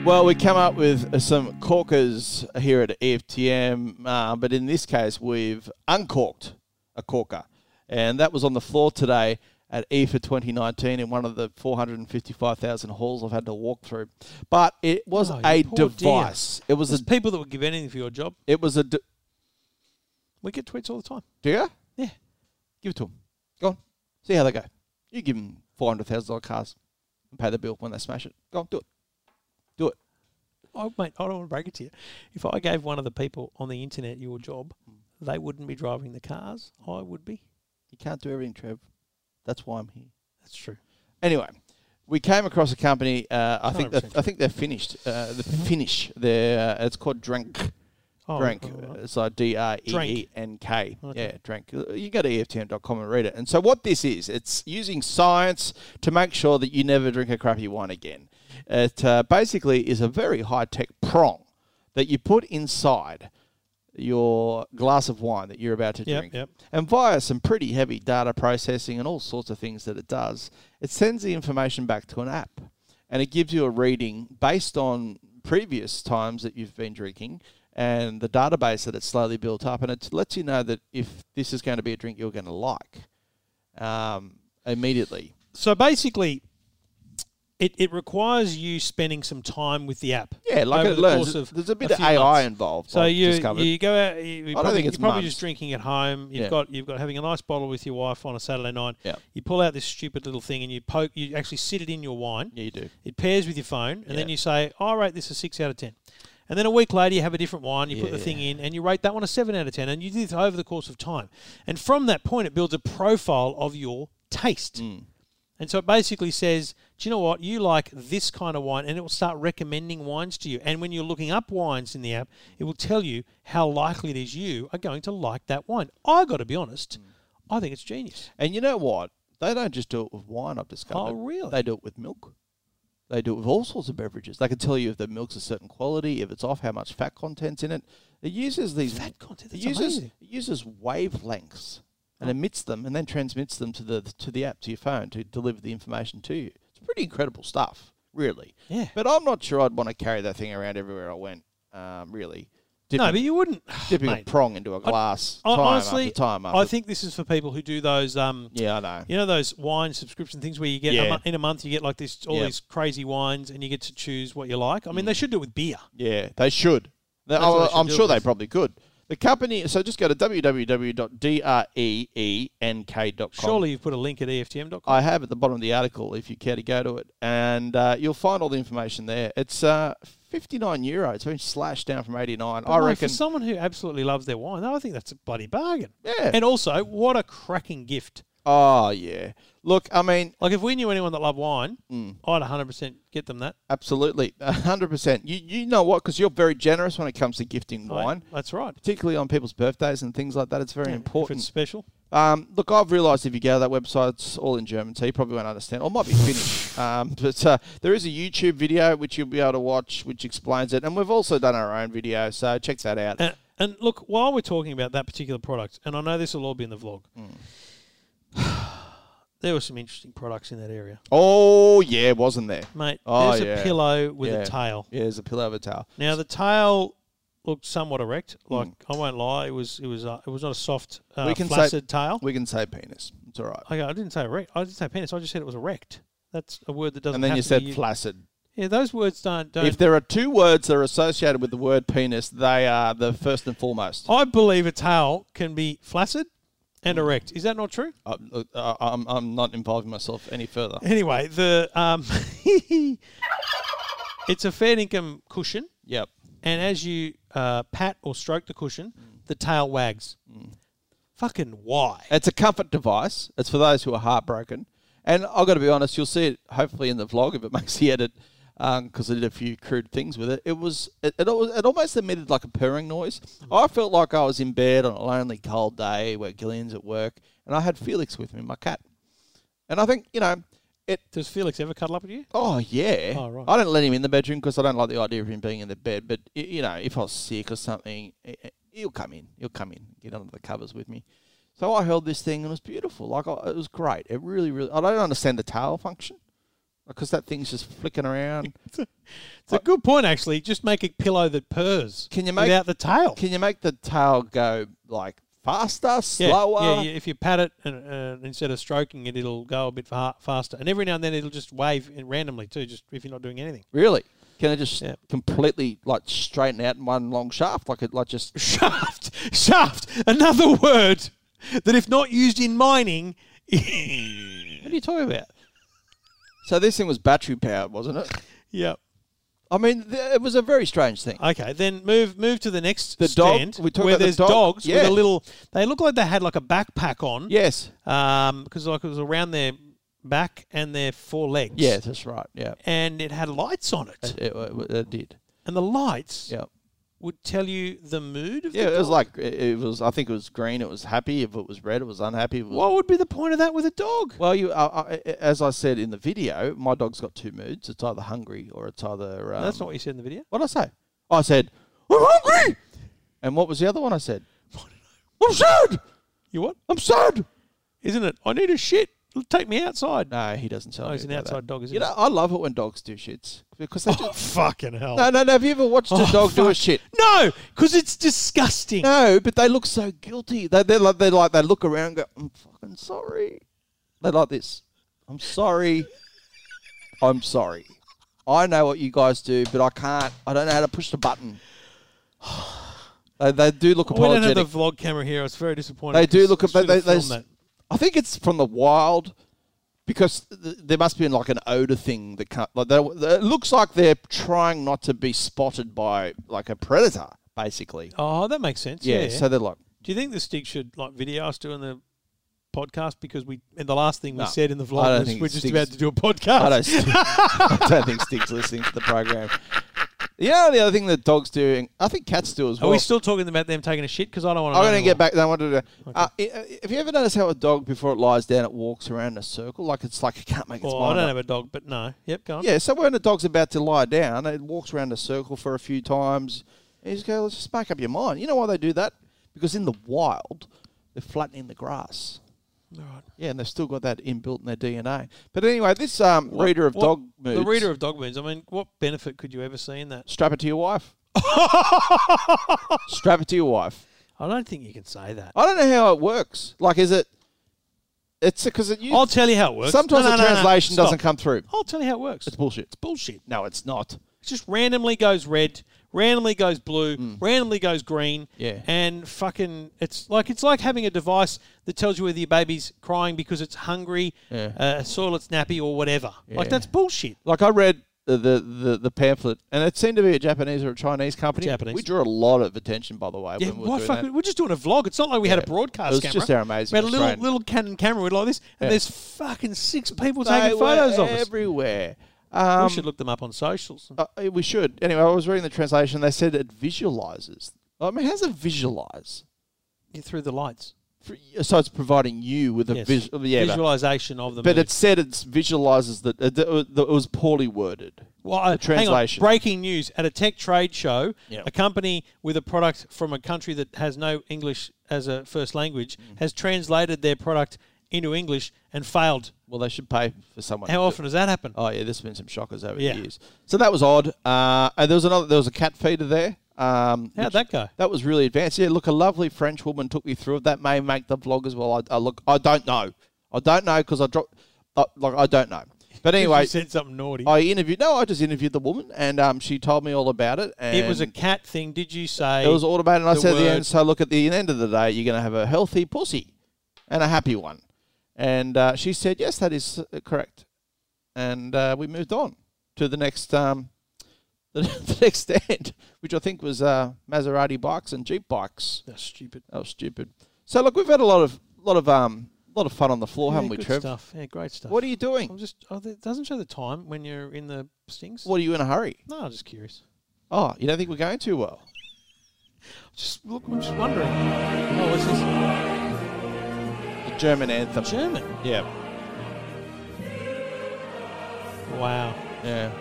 Speaker 2: Well, we come up with uh, some corkers here at E EFTM, uh, but in this case, we've uncorked a corker, and that was on the floor today at E EFA 2019 in one of the 455,000 halls I've had to walk through. But it was
Speaker 5: Oh, you
Speaker 2: a
Speaker 5: poor dear.
Speaker 2: device. It was
Speaker 5: There's
Speaker 2: a.
Speaker 5: people that would give anything for your job.
Speaker 2: It was a. d-
Speaker 5: We get tweets all the time.
Speaker 2: Do you?
Speaker 5: Yeah,
Speaker 2: Give it to them. Go on. See how they go. You give them four hundred thousand dollar cars and pay the bill when they smash it. Go on, do it. Do it.
Speaker 5: oh mate, I don't want to break it to you. If I gave one of the people on the internet your job, they wouldn't be driving the cars. I would be.
Speaker 2: You can't do everything, Trev. That's why I'm here.
Speaker 5: That's true.
Speaker 2: Anyway, we came across a company. Uh, I think they're,
Speaker 5: 100%
Speaker 2: I think they're finished. Uh, the Finnish. They're uh, it's called Drink.
Speaker 5: Mm-hmm. Oh,
Speaker 2: Drank.
Speaker 5: all right.
Speaker 2: It's like D R E E N K. Yeah, Drank. You go to E EFTM.com and read it. And so, what this is, it's using science to make sure that you never drink a crappy wine again. It uh, basically is a very high tech prong that you put inside your glass of wine that you're about to
Speaker 5: Yep,
Speaker 2: drink.
Speaker 5: yep.
Speaker 2: And via some pretty heavy data processing and all sorts of things that it does, it sends the information back to an app and it gives you a reading based on previous times that you've been drinking and the database that it's slowly built up. And it lets you know that if this is going to be a drink you're going to like um, immediately.
Speaker 5: So basically, it, it requires you spending some time with the app.
Speaker 2: Yeah, like
Speaker 5: over
Speaker 2: it
Speaker 5: the
Speaker 2: learns.
Speaker 5: course of
Speaker 2: There's a bit of
Speaker 5: few
Speaker 2: AI
Speaker 5: months.
Speaker 2: involved.
Speaker 5: So
Speaker 2: I've
Speaker 5: you
Speaker 2: discovered.
Speaker 5: you go out. You, you
Speaker 2: don't
Speaker 5: probably,
Speaker 2: think it's
Speaker 5: you're probably
Speaker 2: months.
Speaker 5: just drinking at home. You've
Speaker 2: Yeah.
Speaker 5: got you've got having a nice bottle with your wife on a Saturday night.
Speaker 2: Yeah.
Speaker 5: You pull out this stupid little thing and you poke. You actually sit it in your wine.
Speaker 2: yeah, you do.
Speaker 5: It pairs with your phone, and then
Speaker 2: Yeah.
Speaker 5: you say, "I rate this a six out of 10. And then a week later, you have a different wine. You put the thing in, and you rate that one a seven out of ten. And you do this over the course of time. And from that point, it builds a profile of your taste.
Speaker 2: Mm.
Speaker 5: And so it basically says, do you know what? You like this kind of wine, and it will start recommending wines to you. And when you're looking up wines in the app, it will tell you how likely it is you are going to like that wine. I got to be honest, I think it's genius.
Speaker 2: And you know what? They don't just do it with wine, I've discovered.
Speaker 5: Oh, really?
Speaker 2: They do it with milk. They do it with all sorts of beverages. They can tell you if the milk's a certain quality, if it's off, how much fat content's in it. It uses these
Speaker 5: Fat content,
Speaker 2: it
Speaker 5: that's
Speaker 2: uses
Speaker 5: amazing.
Speaker 2: it uses wavelengths and emits them and then transmits them to the to the app to your phone to deliver the information to you. It's pretty incredible stuff, really.
Speaker 5: Yeah.
Speaker 2: But I'm not sure I'd want to carry that thing around everywhere I went. Um, really, Dipping,
Speaker 5: No, but you wouldn't.
Speaker 2: dipping
Speaker 5: mate.
Speaker 2: a prong into a
Speaker 5: Hon-
Speaker 2: glass
Speaker 5: hon-
Speaker 2: time
Speaker 5: honestly,
Speaker 2: after time. After
Speaker 5: I think this is for people who do those. Um,
Speaker 2: Yeah, I know.
Speaker 5: You know those wine subscription things where you get
Speaker 2: Yeah.
Speaker 5: a mo- in a month you get like this all
Speaker 2: Yeah. Mm.
Speaker 5: these crazy wines and you get to choose what you like. I mean, they should do it with beer.
Speaker 2: Yeah, they should. They-
Speaker 5: That's what
Speaker 2: I-
Speaker 5: they should
Speaker 2: I'm
Speaker 5: do
Speaker 2: sure
Speaker 5: at
Speaker 2: they
Speaker 5: least.
Speaker 2: probably could. The company, so just go to E www.dreenk.com.
Speaker 5: Surely you've put a link at E EFTM.com.
Speaker 2: I have at the bottom of the article if you care to go to it, and uh, you'll find all the information there. It's uh, 59 euro. It's been slashed down from 89.
Speaker 5: But
Speaker 2: I
Speaker 5: mate,
Speaker 2: reckon.
Speaker 5: for someone who absolutely loves their wine, I think that's a bloody bargain.
Speaker 2: Yeah.
Speaker 5: And also, what a cracking gift!
Speaker 2: oh yeah. Look, I mean,
Speaker 5: Like if we knew anyone that loved wine,
Speaker 2: Mm.
Speaker 5: I'd 100 percent get them that.
Speaker 2: absolutely, 100. percent You you know what? Because you're very generous when it comes to gifting
Speaker 5: Like,
Speaker 2: wine.
Speaker 5: That's right.
Speaker 2: Particularly on people's birthdays and things like that, it's very
Speaker 5: If it's
Speaker 2: important.
Speaker 5: special.
Speaker 2: Um, look, I've realised if you go to that website, it's all in German, so you probably won't understand, or it might be Finnish. um, but uh, there is a YouTube video which you'll be able to watch, which explains it, and we've also done our own video, so check that out.
Speaker 5: And, and look, while we're talking about that particular product, and I know this will all be in the vlog,
Speaker 2: Mm.
Speaker 5: there were some interesting products in that area,
Speaker 2: Oh yeah, wasn't there?
Speaker 5: mate.
Speaker 2: Oh,
Speaker 5: there's
Speaker 2: yeah.
Speaker 5: a pillow with
Speaker 2: yeah.
Speaker 5: a tail.
Speaker 2: Yeah, there's a pillow of a towel.
Speaker 5: Now the tail looked somewhat erect. Like I won't lie, it was it was uh, it was not a soft, uh,
Speaker 2: Mm. We can say-
Speaker 5: flaccid Oh, tail.
Speaker 2: We can say penis. It's all right.
Speaker 5: Okay, I didn't say erect. I didn't say penis. I just said it was erect. That's a word that doesn't.
Speaker 2: And then
Speaker 5: have
Speaker 2: you
Speaker 5: to
Speaker 2: said
Speaker 5: be used-
Speaker 2: flaccid.
Speaker 5: Yeah, those words don't. don't
Speaker 2: If there are two words that are associated with the word penis, they are the first and foremost.
Speaker 5: I believe a tail can be flaccid and erect. Is that not true?
Speaker 2: Uh, look, uh, I'm, I'm not involving myself any further.
Speaker 5: Anyway, the um, it's a fair income cushion,
Speaker 2: Yep.
Speaker 5: and as you uh, pat or stroke the cushion, the tail wags. Fucking why?
Speaker 2: It's a comfort device. It's for those who are heartbroken. And I've got to be honest, you'll see it hopefully in the vlog if it makes the edit, because I did a few crude things with it. It was it, it, al- it almost emitted like a purring noise. I felt like I was in bed on a lonely, cold day where Gillian's at work, and I had Felix with me, my cat. And I think you know, it
Speaker 5: Does Felix ever cuddle up with you?
Speaker 2: Oh yeah.
Speaker 5: Oh, right.
Speaker 2: I don't let him in the bedroom because I don't like the idea of him being in the bed. But y- you know, if I was sick or something, i- i- he'll come in. He'll come in, get under the covers with me. So I held this thing and it was beautiful. Like I, it was great. It really, really. I don't understand the tail function because that thing's just flicking around.
Speaker 5: It's a good point, actually. Just make a pillow that purrs.
Speaker 2: Can you make-
Speaker 5: without the tail?
Speaker 2: Can you make the tail go like faster,
Speaker 5: yeah,
Speaker 2: slower?
Speaker 5: yeah, yeah, if you pat it and uh, instead of stroking it, it'll go a bit fa- faster. And every now and then it'll just wave in- randomly too, just if you're not doing anything.
Speaker 2: Really? Can it just
Speaker 5: Yeah.
Speaker 2: completely like straighten out in one long shaft? Like it, like just
Speaker 5: Shaft, shaft, another word that, if not used in mining,
Speaker 2: what are you talking about? So this thing was battery powered, wasn't it?
Speaker 5: yeah.
Speaker 2: I mean, th- it was a very strange thing.
Speaker 5: Okay, then move move to the next
Speaker 2: The dog-
Speaker 5: stand
Speaker 2: we talked
Speaker 5: where
Speaker 2: about the
Speaker 5: there's
Speaker 2: dog,
Speaker 5: dogs
Speaker 2: yeah.
Speaker 5: with a little. They look like they had like a backpack on.
Speaker 2: yes.
Speaker 5: Um, because like it was around their back and their four legs.
Speaker 2: Yeah, that's right. Yeah.
Speaker 5: And it had lights on it,
Speaker 2: It, it- it did.
Speaker 5: and the lights
Speaker 2: Yeah.
Speaker 5: would tell you the mood of
Speaker 2: Yeah,
Speaker 5: the
Speaker 2: it was
Speaker 5: dog.
Speaker 2: like it it was. I think it was green. It was happy. If it was red, it was unhappy. If it was-
Speaker 5: What would be the point of that with a dog?
Speaker 2: Well, you, uh, I, as I said in the video, my dog's got two moods. It's either hungry or it's either. Um,
Speaker 5: That's not what you said in the video.
Speaker 2: what did I say. I said, "I'm hungry," and what was the other one I said? I'm sad.
Speaker 5: You what?
Speaker 2: I'm sad.
Speaker 5: Isn't it? I need a shit. Take me outside.
Speaker 2: No, he doesn't tell
Speaker 5: Oh,
Speaker 2: me.
Speaker 5: he's an
Speaker 2: about that.
Speaker 5: outside dog, isn't
Speaker 2: You
Speaker 5: he?
Speaker 2: know, I love it when dogs do shits because they. do
Speaker 5: Oh, fucking hell.
Speaker 2: no, no, no. Have you ever watched
Speaker 5: Oh,
Speaker 2: a dog do a shit?
Speaker 5: No, because it's disgusting.
Speaker 2: No, but they look so guilty. They they like they like they look around and go, I'm fucking sorry. They like this. I'm sorry. I'm sorry. I know what you guys do, but I can't. I don't know how to push the button. They, they do look
Speaker 5: We don't have
Speaker 2: apologetic.
Speaker 5: the vlog camera here. I was very disappointed.
Speaker 2: they do
Speaker 5: 'cause
Speaker 2: look.
Speaker 5: I
Speaker 2: They,
Speaker 5: should've
Speaker 2: they, they,
Speaker 5: filmed that.
Speaker 2: I think it's from the wild because th- there must be like an odor thing that can't. Like they, it looks like they're trying not to be spotted by like a predator, basically.
Speaker 5: Oh, that makes sense.
Speaker 2: yeah.
Speaker 5: Yeah.
Speaker 2: So they're like.
Speaker 5: do you think the Stig should like video us doing the podcast because we and the last thing
Speaker 2: No.
Speaker 5: we said in the
Speaker 2: I don't
Speaker 5: vlog was
Speaker 2: think
Speaker 5: we're just
Speaker 2: Stig's-
Speaker 5: about to do a podcast.
Speaker 2: I don't, st- I don't think Stig's listening to the program. You know the other thing that dogs do, and I think cats do as
Speaker 5: Are
Speaker 2: well.
Speaker 5: we still talking about them taking a shit? Because I don't want to.
Speaker 2: I'm going to get back. I want to. Uh, i- uh, have you ever noticed how a dog, before it lies down, it walks around in a circle? Like it's like it can't make its
Speaker 5: Well, I
Speaker 2: mind
Speaker 5: don't
Speaker 2: up.
Speaker 5: have a dog, but no. Yep, go on.
Speaker 2: Yeah, so when a dog's about to lie down, it walks around a circle for a few times. And you just go, let's just make up your mind. You know why they do that? Because in the wild, they're flattening the grass.
Speaker 5: Alright.
Speaker 2: Yeah, and they've still got that inbuilt in their DNA. But anyway, this um, reader of
Speaker 5: What-
Speaker 2: dog moods,
Speaker 5: The reader of dog moods. I mean, what benefit could you ever see in that?
Speaker 2: strap it to your wife. Strap it to your wife.
Speaker 5: I don't think you can say that.
Speaker 2: I don't know how it works. Like, is it? It's because it. You,
Speaker 5: I'll tell you how it works.
Speaker 2: sometimes
Speaker 5: No, no,
Speaker 2: the
Speaker 5: no, no.
Speaker 2: translation
Speaker 5: Stop.
Speaker 2: doesn't come through.
Speaker 5: I'll tell you how it works.
Speaker 2: It's bullshit. It's
Speaker 5: bullshit.
Speaker 2: No, it's not.
Speaker 5: It just randomly goes red, randomly goes blue, randomly goes green.
Speaker 2: Hmm. Yeah.
Speaker 5: And fucking, it's like it's like having a device that tells you whether your baby's crying because it's hungry,
Speaker 2: Yeah.
Speaker 5: uh, soil it's nappy, or whatever. Like
Speaker 2: Yeah.
Speaker 5: that's bullshit.
Speaker 2: Like I read the, the the the pamphlet, and it seemed to be a Japanese or a Chinese company.
Speaker 5: Japanese.
Speaker 2: We drew a lot of attention, by the way.
Speaker 5: Yeah,
Speaker 2: when we were
Speaker 5: why
Speaker 2: doing
Speaker 5: fuck,
Speaker 2: that.
Speaker 5: we're just doing a vlog. It's not like we had a broadcast
Speaker 2: It was
Speaker 5: camera.
Speaker 2: just our amazing
Speaker 5: We had a little
Speaker 2: Australian-
Speaker 5: little Canon camera with like this, and
Speaker 2: Yeah.
Speaker 5: there's fucking six people
Speaker 2: They
Speaker 5: taking
Speaker 2: were
Speaker 5: photos of us.
Speaker 2: everywhere.
Speaker 5: we
Speaker 2: Um,
Speaker 5: should look them up on socials.
Speaker 2: uh, we should. Anyway, I was reading the translation. They said it visualizes. I mean, how's it visualize?
Speaker 5: Yeah, through the lights.
Speaker 2: For- So it's providing you with a
Speaker 5: Yes.
Speaker 2: visual. Yeah, but-
Speaker 5: Visualization of the
Speaker 2: but,
Speaker 5: moon.
Speaker 2: it said it visualizes that it, it, was poorly worded.
Speaker 5: Well, uh,
Speaker 2: translation.
Speaker 5: Hang on. Breaking news at a tech trade show,
Speaker 2: Yeah.
Speaker 5: a company with a product from a country that has no English as a first language
Speaker 2: Mm.
Speaker 5: has translated their product into English and failed.
Speaker 2: Well, they should pay for someone.
Speaker 5: How
Speaker 2: to-
Speaker 5: often does that happen?
Speaker 2: Oh yeah, there's been some shockers over
Speaker 5: Yeah.
Speaker 2: the years. So that was odd. Uh, and there was another. There was a cat feeder there. Um,
Speaker 5: How'd
Speaker 2: which-
Speaker 5: that go?
Speaker 2: That was really advanced. Yeah, look, a lovely French woman took me through it. That may make the vlog as well. I, I look, I don't know. I don't know because I dropped. Uh, like I don't know. But
Speaker 5: you
Speaker 2: anyway,
Speaker 5: said something naughty.
Speaker 2: I interviewed. No, I just interviewed the woman, and um, she told me all about it. And
Speaker 5: it was a cat thing. Did you say
Speaker 2: It was automated. And I
Speaker 5: the
Speaker 2: said at the
Speaker 5: word-
Speaker 2: end, so look, at the end of the day, you're going to have a healthy pussy and a happy one. And uh, she said, yes, that is uh, correct. And uh, we moved on to the next um, the, next stand, which I think was uh, Maserati bikes and Jeep bikes.
Speaker 5: That's stupid?
Speaker 2: That was stupid. So look, we've had a lot of lot of um, lot of fun on the floor,
Speaker 5: yeah,
Speaker 2: haven't we,
Speaker 5: good
Speaker 2: Trev?
Speaker 5: stuff. Yeah, great stuff.
Speaker 2: What are you doing?
Speaker 5: I'm just. Oh, it doesn't show the time when you're in the stings.
Speaker 2: What are you in a hurry?
Speaker 5: No, I'm just curious.
Speaker 2: Oh, you don't think we're going too well?
Speaker 5: Just look. I'm just wondering. Oh, what's this?
Speaker 2: The German anthem.
Speaker 5: German.
Speaker 2: yeah,
Speaker 5: Wow.
Speaker 2: yeah.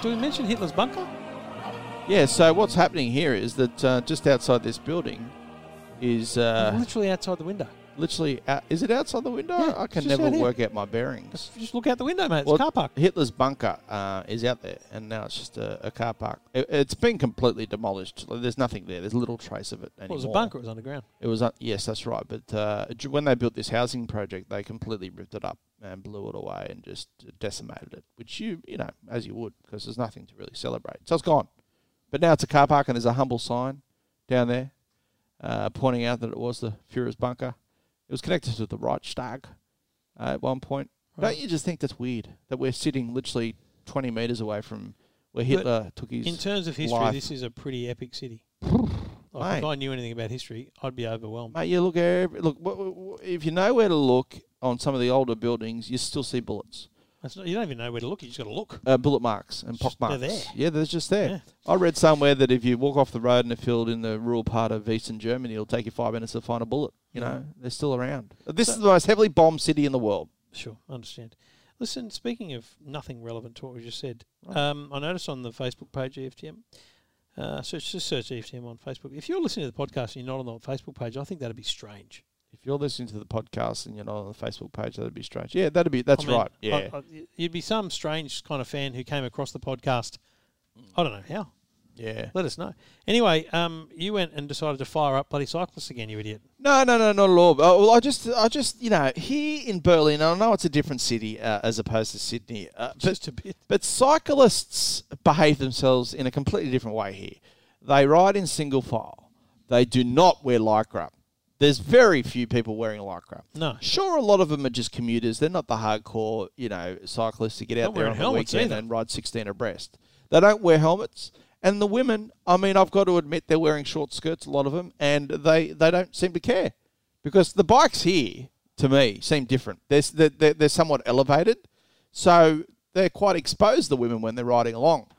Speaker 5: Do we mention Hitler's bunker?
Speaker 2: Yeah, so what's happening here is that uh, just outside this building is uh,
Speaker 5: Literally outside the window.
Speaker 2: literally, out, is it outside the window?
Speaker 5: Yeah,
Speaker 2: I
Speaker 5: it's
Speaker 2: can
Speaker 5: just
Speaker 2: never
Speaker 5: out here.
Speaker 2: work out my bearings.
Speaker 5: Just look out the window, mate. It's
Speaker 2: Well,
Speaker 5: a car park.
Speaker 2: Hitler's bunker uh, is out there, and now it's just a, a car park. It, it's been completely demolished. Like, There's nothing there. There's little trace of it anymore.
Speaker 5: Well, it was a bunker. It was underground.
Speaker 2: It was, un- yes, that's right. But uh, j- when they built this housing project, they completely ripped it up and blew it away and just uh, decimated it, which you, you know, as you would, because there's nothing to really celebrate. So it's gone. But now it's a car park and there's a humble sign down there uh, pointing out that it was the Führer's bunker. It was connected to the Reichstag uh, at one point. Don't you just think that's weird that we're sitting literally 20 metres away from where Hitler took his
Speaker 5: In terms of history,
Speaker 2: life.
Speaker 5: this is a pretty epic city. Like,
Speaker 2: Mate.
Speaker 5: If I knew anything about history, I'd be overwhelmed.
Speaker 2: Mate, you look every look. wh- wh- wh- If you know where to look on some of the older buildings, you still see bullets,
Speaker 5: That's not, you don't even know where to look. You just got to look.
Speaker 2: uh, bullet marks, and pock
Speaker 5: Just- they're
Speaker 2: marks.
Speaker 5: there.
Speaker 2: Yeah, they're just there. I read somewhere that if you walk off the road in a field in the rural part of eastern Germany, it'll take you five minutes to find a bullet. You know, they're still around. This is the most heavily bombed city in the world.
Speaker 5: Sure, I understand. Listen, speaking of nothing relevant to what we just said, um, I noticed on the Facebook page E EFTM, uh, search, just search EFTM on Facebook. If you're listening to the podcast and you're not on the Facebook page, I think that'd be strange.
Speaker 2: If you're listening to the podcast and you're not on the Facebook page, that'd be strange. Yeah, that'd be. That's
Speaker 5: I mean,
Speaker 2: right.
Speaker 5: I-
Speaker 2: Yeah.
Speaker 5: I- you'd be some strange kind of fan who came across the podcast. I don't know how.
Speaker 2: yeah.
Speaker 5: Let us know. Anyway, um, you went and decided to fire up bloody cyclists again, you idiot.
Speaker 2: No, no, no, not at all. Uh, well, I just, I just, you know, here in Berlin, I know it's a different city uh, as opposed to Sydney, uh, but
Speaker 5: Just a bit.
Speaker 2: But cyclists behave themselves in a completely different way here. They ride in single file. They do not wear lycra. There's very few people wearing lycra.
Speaker 5: No.
Speaker 2: Sure, a lot of them are just commuters. They're not the hardcore, you know, cyclists to get out
Speaker 5: Not
Speaker 2: there
Speaker 5: wearing
Speaker 2: on the
Speaker 5: helmets
Speaker 2: weekend
Speaker 5: either.
Speaker 2: and ride 16 abreast. They don't wear helmets. And the women, I mean, I've got to admit, they're wearing short skirts, a lot of them, and they, they don't seem to care because the bikes here, to me, seem different. They're, s- they're, they're- they're somewhat elevated. So they're quite exposed, the women, when they're riding along.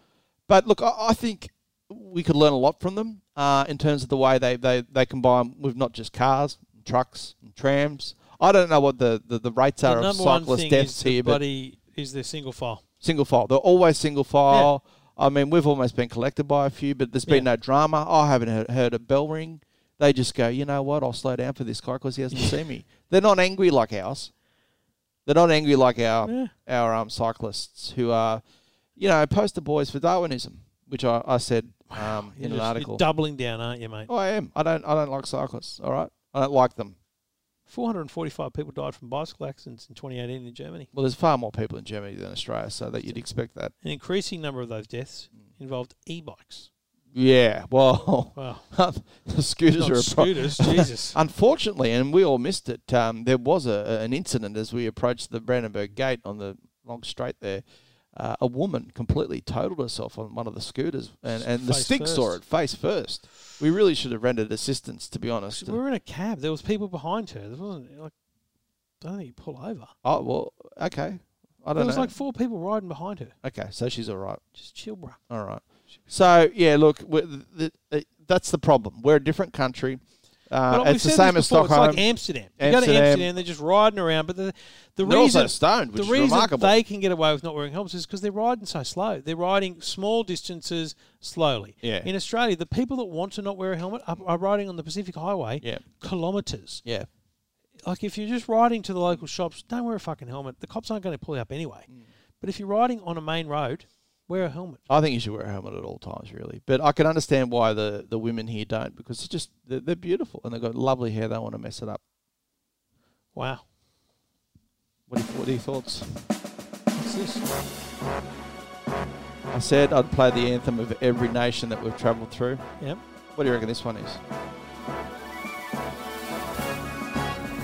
Speaker 2: But look, I, I think we could learn a lot from them uh, in terms of the way they, they, they combine with not just cars, trucks, and trams. I don't know what the, the, the rates are
Speaker 5: the
Speaker 2: of
Speaker 5: number one
Speaker 2: cyclist
Speaker 5: thing
Speaker 2: deaths
Speaker 5: is the
Speaker 2: here, but
Speaker 5: bloody is their single file.
Speaker 2: single file. They're always single file. I mean, we've almost been collected by a few, but there's been no drama. I haven't heard, heard a bell ring. They just go, you know what? I'll slow down for this guy because he hasn't seen me. They're not angry like ours. They're not angry like our our um, cyclists who are, you know, poster boys for Darwinism. which I, I said um, in an
Speaker 5: You're
Speaker 2: article.
Speaker 5: doubling down, aren't you, mate?
Speaker 2: Oh, I am. I don't. I don't like cyclists. All right. I don't like them.
Speaker 5: 445 people died from bicycle accidents in 2018 in Germany.
Speaker 2: Well, there's far more people in Germany than Australia, so that you'd expect that.
Speaker 5: An increasing number of those deaths involved e-bikes.
Speaker 2: Yeah. Well,
Speaker 5: Wow.
Speaker 2: the scooters
Speaker 5: Not
Speaker 2: are a pro-
Speaker 5: scooters, Jesus.
Speaker 2: Unfortunately, and we all missed it. Um, there was a, an incident as we approached the Brandenburg Gate on the long straight there. Uh, a woman completely totaled herself on one of the scooters, and, and the
Speaker 5: Face
Speaker 2: stick saw it
Speaker 5: first.
Speaker 2: face first. We really should have rendered assistance, to be honest.
Speaker 5: We were in a cab. There was people behind her. There wasn't like I don't think you pull over.
Speaker 2: Oh well, okay. I
Speaker 5: There
Speaker 2: don't
Speaker 5: was
Speaker 2: know.
Speaker 5: like four people riding behind her.
Speaker 2: okay, so she's all right.
Speaker 5: Just chill, bruh.
Speaker 2: All right. So yeah, look, we- the, the, that's the problem. We're a different country. Uh,
Speaker 5: But we've
Speaker 2: it's the
Speaker 5: said this
Speaker 2: same as
Speaker 5: before,
Speaker 2: Stockholm.
Speaker 5: It's like Amsterdam. You go
Speaker 2: Amsterdam.
Speaker 5: to Amsterdam, they're just riding around. But the the
Speaker 2: They're also
Speaker 5: reason
Speaker 2: stoned, which
Speaker 5: the
Speaker 2: is
Speaker 5: reason
Speaker 2: remarkable.
Speaker 5: they can get away with not wearing helmets is because they're riding so slow. They're riding small distances slowly.
Speaker 2: Yeah.
Speaker 5: In Australia, the people that want to not wear a helmet are, are riding on the Pacific Highway.
Speaker 2: Yeah.
Speaker 5: Kilometers.
Speaker 2: yeah.
Speaker 5: Like if you're just riding to the local shops, don't wear a fucking helmet. The cops aren't going to pull you up anyway.
Speaker 2: Mm.
Speaker 5: But if you're riding on a main road, wear a helmet.
Speaker 2: I think you should wear a helmet at all times, really. But I can understand why the, the women here don't because it's just they're, they're beautiful and they've got lovely hair. They want to mess it up.
Speaker 5: Wow.
Speaker 2: What are, what are your thoughts?
Speaker 5: What's this?
Speaker 2: I said I'd play the anthem of every nation that we've travelled through.
Speaker 5: Yep.
Speaker 2: What do you reckon this one is?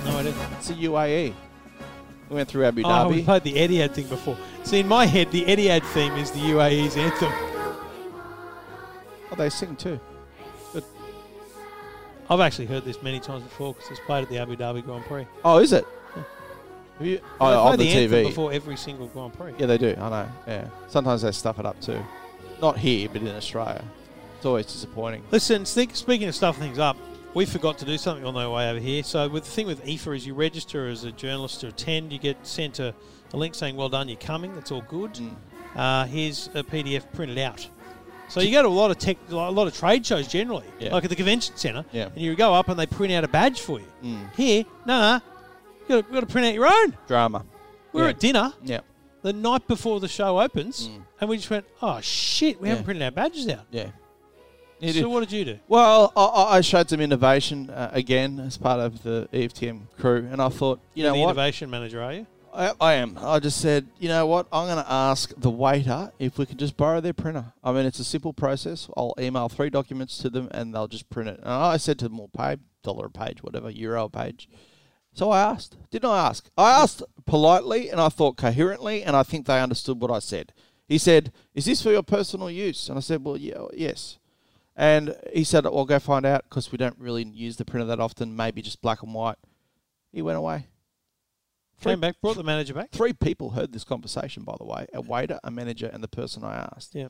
Speaker 5: No idea.
Speaker 2: It's a UAE. We went through Abu
Speaker 5: Oh, we
Speaker 2: Dhabi.
Speaker 5: played the Etihad thing before. See, in my head, the Etihad theme is the UAE's anthem.
Speaker 2: oh, they sing too.
Speaker 5: I've actually heard this many times before because it's played at the Abu Dhabi Grand Prix.
Speaker 2: Oh, is it? Have you? Oh,
Speaker 5: They
Speaker 2: on
Speaker 5: play
Speaker 2: the,
Speaker 5: anthem
Speaker 2: TV.
Speaker 5: before every single Grand Prix.
Speaker 2: Yeah, they do. I know. Yeah. Sometimes they stuff it up too. Not here, but in Australia. It's always disappointing.
Speaker 5: Listen, think, speaking of stuffing things up, we forgot to do something on our way over here. So with the thing with EFA is you register as a journalist to attend, you get sent a, a link saying, well done, you're coming, that's all good.
Speaker 2: Mm.
Speaker 5: Uh, here's a PDF printed out. So you go to a lot of tech, a lot of trade shows generally,
Speaker 2: Yeah.
Speaker 5: like at the convention centre,
Speaker 2: Yeah. Mm.
Speaker 5: and you go up and they print out a badge for you. Here, nah, you've got to print out your own.
Speaker 2: Drama.
Speaker 5: We were
Speaker 2: Yeah.
Speaker 5: at dinner
Speaker 2: Yeah.
Speaker 5: the night before the show opens, and we just went, oh shit, we
Speaker 2: Yeah.
Speaker 5: haven't printed our badges out.
Speaker 2: Yeah.
Speaker 5: so what did you do?
Speaker 2: Well, I- I, I showed some innovation uh, again as part of the E EFTM crew, and I thought, you
Speaker 5: You're
Speaker 2: know
Speaker 5: the
Speaker 2: what?
Speaker 5: innovation manager, are you?
Speaker 2: I, I am. I just said, you know what? I'm going to ask the waiter if we could just borrow their printer. I mean, it's a simple process. I'll email three documents to them, and they'll just print it. And I said to them, "We'll pay dollar a page, whatever euro a page." So I asked. Didn't I ask? I asked politely, and I thought coherently, and I think they understood what I said. He said, "Is this for your personal use?" And I said, "Well, yeah, yes." And he said, "Well, go find out because we don't really use the printer that often. Maybe just black and white." He went away. Three-
Speaker 5: Came back, brought the manager back.
Speaker 2: Three people heard this conversation, by the way a waiter, a manager, and the person I asked.
Speaker 5: Yeah.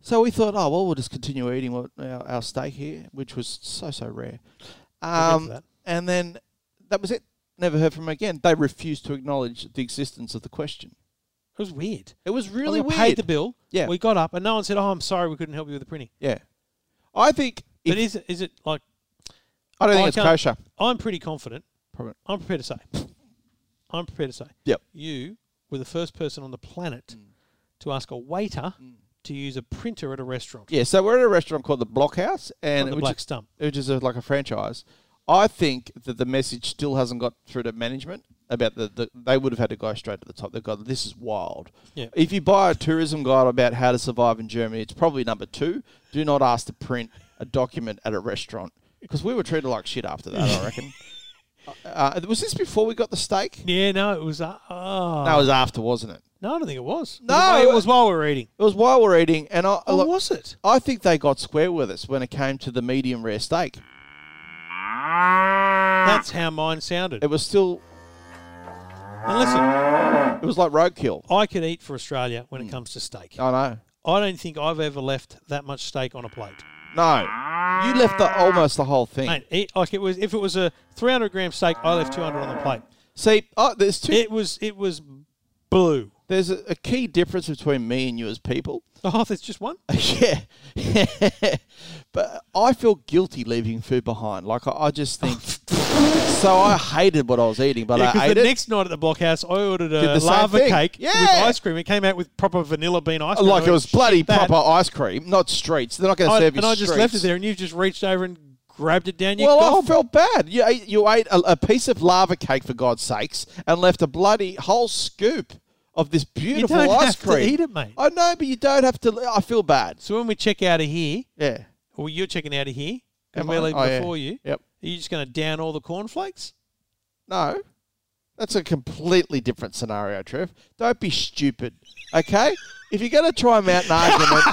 Speaker 2: So we thought, oh, well, we'll just continue eating what, our, our steak here, which was so, so rare. Um,
Speaker 5: that.
Speaker 2: And then that was it. Never heard from them again. They refused to acknowledge the existence of the question.
Speaker 5: It was weird.
Speaker 2: It was really
Speaker 5: Like,
Speaker 2: weird.
Speaker 5: I paid the bill.
Speaker 2: Yeah.
Speaker 5: We got up, and no one said, "Oh, I'm sorry, we couldn't help you with the printing."
Speaker 2: Yeah. I think,
Speaker 5: But
Speaker 2: if-
Speaker 5: is it, is it like
Speaker 2: I don't think
Speaker 5: I
Speaker 2: it's
Speaker 5: can't-
Speaker 2: kosher.
Speaker 5: I'm pretty confident.
Speaker 2: Probably.
Speaker 5: I'm prepared to say. I'm prepared to say.
Speaker 2: Yep. Mm.
Speaker 5: You were the first person on the planet to ask a waiter to use a printer at a restaurant.
Speaker 2: Yeah, so we're at a restaurant called the Blockhouse, and
Speaker 5: On the
Speaker 2: which
Speaker 5: Black
Speaker 2: is,
Speaker 5: Stump.
Speaker 2: which is a, like a franchise. I think that the message still hasn't got through to management about the, the they would have had to go straight to the top. They've got this is wild.
Speaker 5: Yeah.
Speaker 2: If you buy a tourism guide about how to survive in Germany, it's probably number two. Do not ask to print a document at a restaurant because we were treated like shit after that. I reckon. Uh, was this before we got the steak?
Speaker 5: Yeah, no, it was. Uh, oh.
Speaker 2: That was after, wasn't it?
Speaker 5: No, I don't think it was.
Speaker 2: No,
Speaker 5: it was,
Speaker 2: it-
Speaker 5: while we were eating.
Speaker 2: It was while we're eating, and I
Speaker 5: Or
Speaker 2: look,
Speaker 5: Oh, was it?
Speaker 2: I think they got square with us when it came to the medium rare steak.
Speaker 5: That's how mine sounded.
Speaker 2: It was still
Speaker 5: and listen,
Speaker 2: It was like roadkill.
Speaker 5: I could eat for Australia
Speaker 2: Mm.
Speaker 5: when it comes to steak.
Speaker 2: I know.
Speaker 5: I don't think I've ever left that much steak on a plate.
Speaker 2: No, you left the, almost the whole thing.
Speaker 5: Mate, it, like it was if it was a 300 gram steak, I left 200 on the plate.
Speaker 2: See, oh, there's two.
Speaker 5: It was it was blue.
Speaker 2: there's a, a key difference between me and you as people.
Speaker 5: Oh, there's just one.
Speaker 2: yeah, but I feel guilty leaving food behind. Like I, I just think it's so I hated what I was eating, but
Speaker 5: Yeah,
Speaker 2: I
Speaker 5: because
Speaker 2: ate
Speaker 5: the
Speaker 2: it.
Speaker 5: next night at the blockhouse, I ordered
Speaker 2: Did
Speaker 5: a
Speaker 2: the same
Speaker 5: lava
Speaker 2: thing.
Speaker 5: cake with
Speaker 2: Yeah.
Speaker 5: ice cream. It came out with proper vanilla bean ice cream.
Speaker 2: like
Speaker 5: I
Speaker 2: it was
Speaker 5: went,
Speaker 2: bloody
Speaker 5: "Shit, that."
Speaker 2: proper ice cream, not streets. They're not going to
Speaker 5: I-
Speaker 2: serve
Speaker 5: and
Speaker 2: you
Speaker 5: I just left it
Speaker 2: streets.
Speaker 5: there, and you've just reached over and grabbed it down your
Speaker 2: Well,
Speaker 5: gob.
Speaker 2: I felt bad. You ate, you ate a, a piece of lava cake for God's sakes and left a bloody whole scoop of this beautiful
Speaker 5: don't
Speaker 2: ice
Speaker 5: have to
Speaker 2: cream.
Speaker 5: eat it, mate.
Speaker 2: I know, but you don't have to. I feel bad.
Speaker 5: So when we check out of here,
Speaker 2: Yeah.
Speaker 5: well, you're checking out of here,
Speaker 2: Am
Speaker 5: and
Speaker 2: I?
Speaker 5: we're leaving
Speaker 2: Oh, yeah.
Speaker 5: before you.
Speaker 2: Yep.
Speaker 5: Are you just going to down all the cornflakes?
Speaker 2: No. That's a completely different scenario, Trev. Don't be stupid, okay? If you're going to try and mount an argument,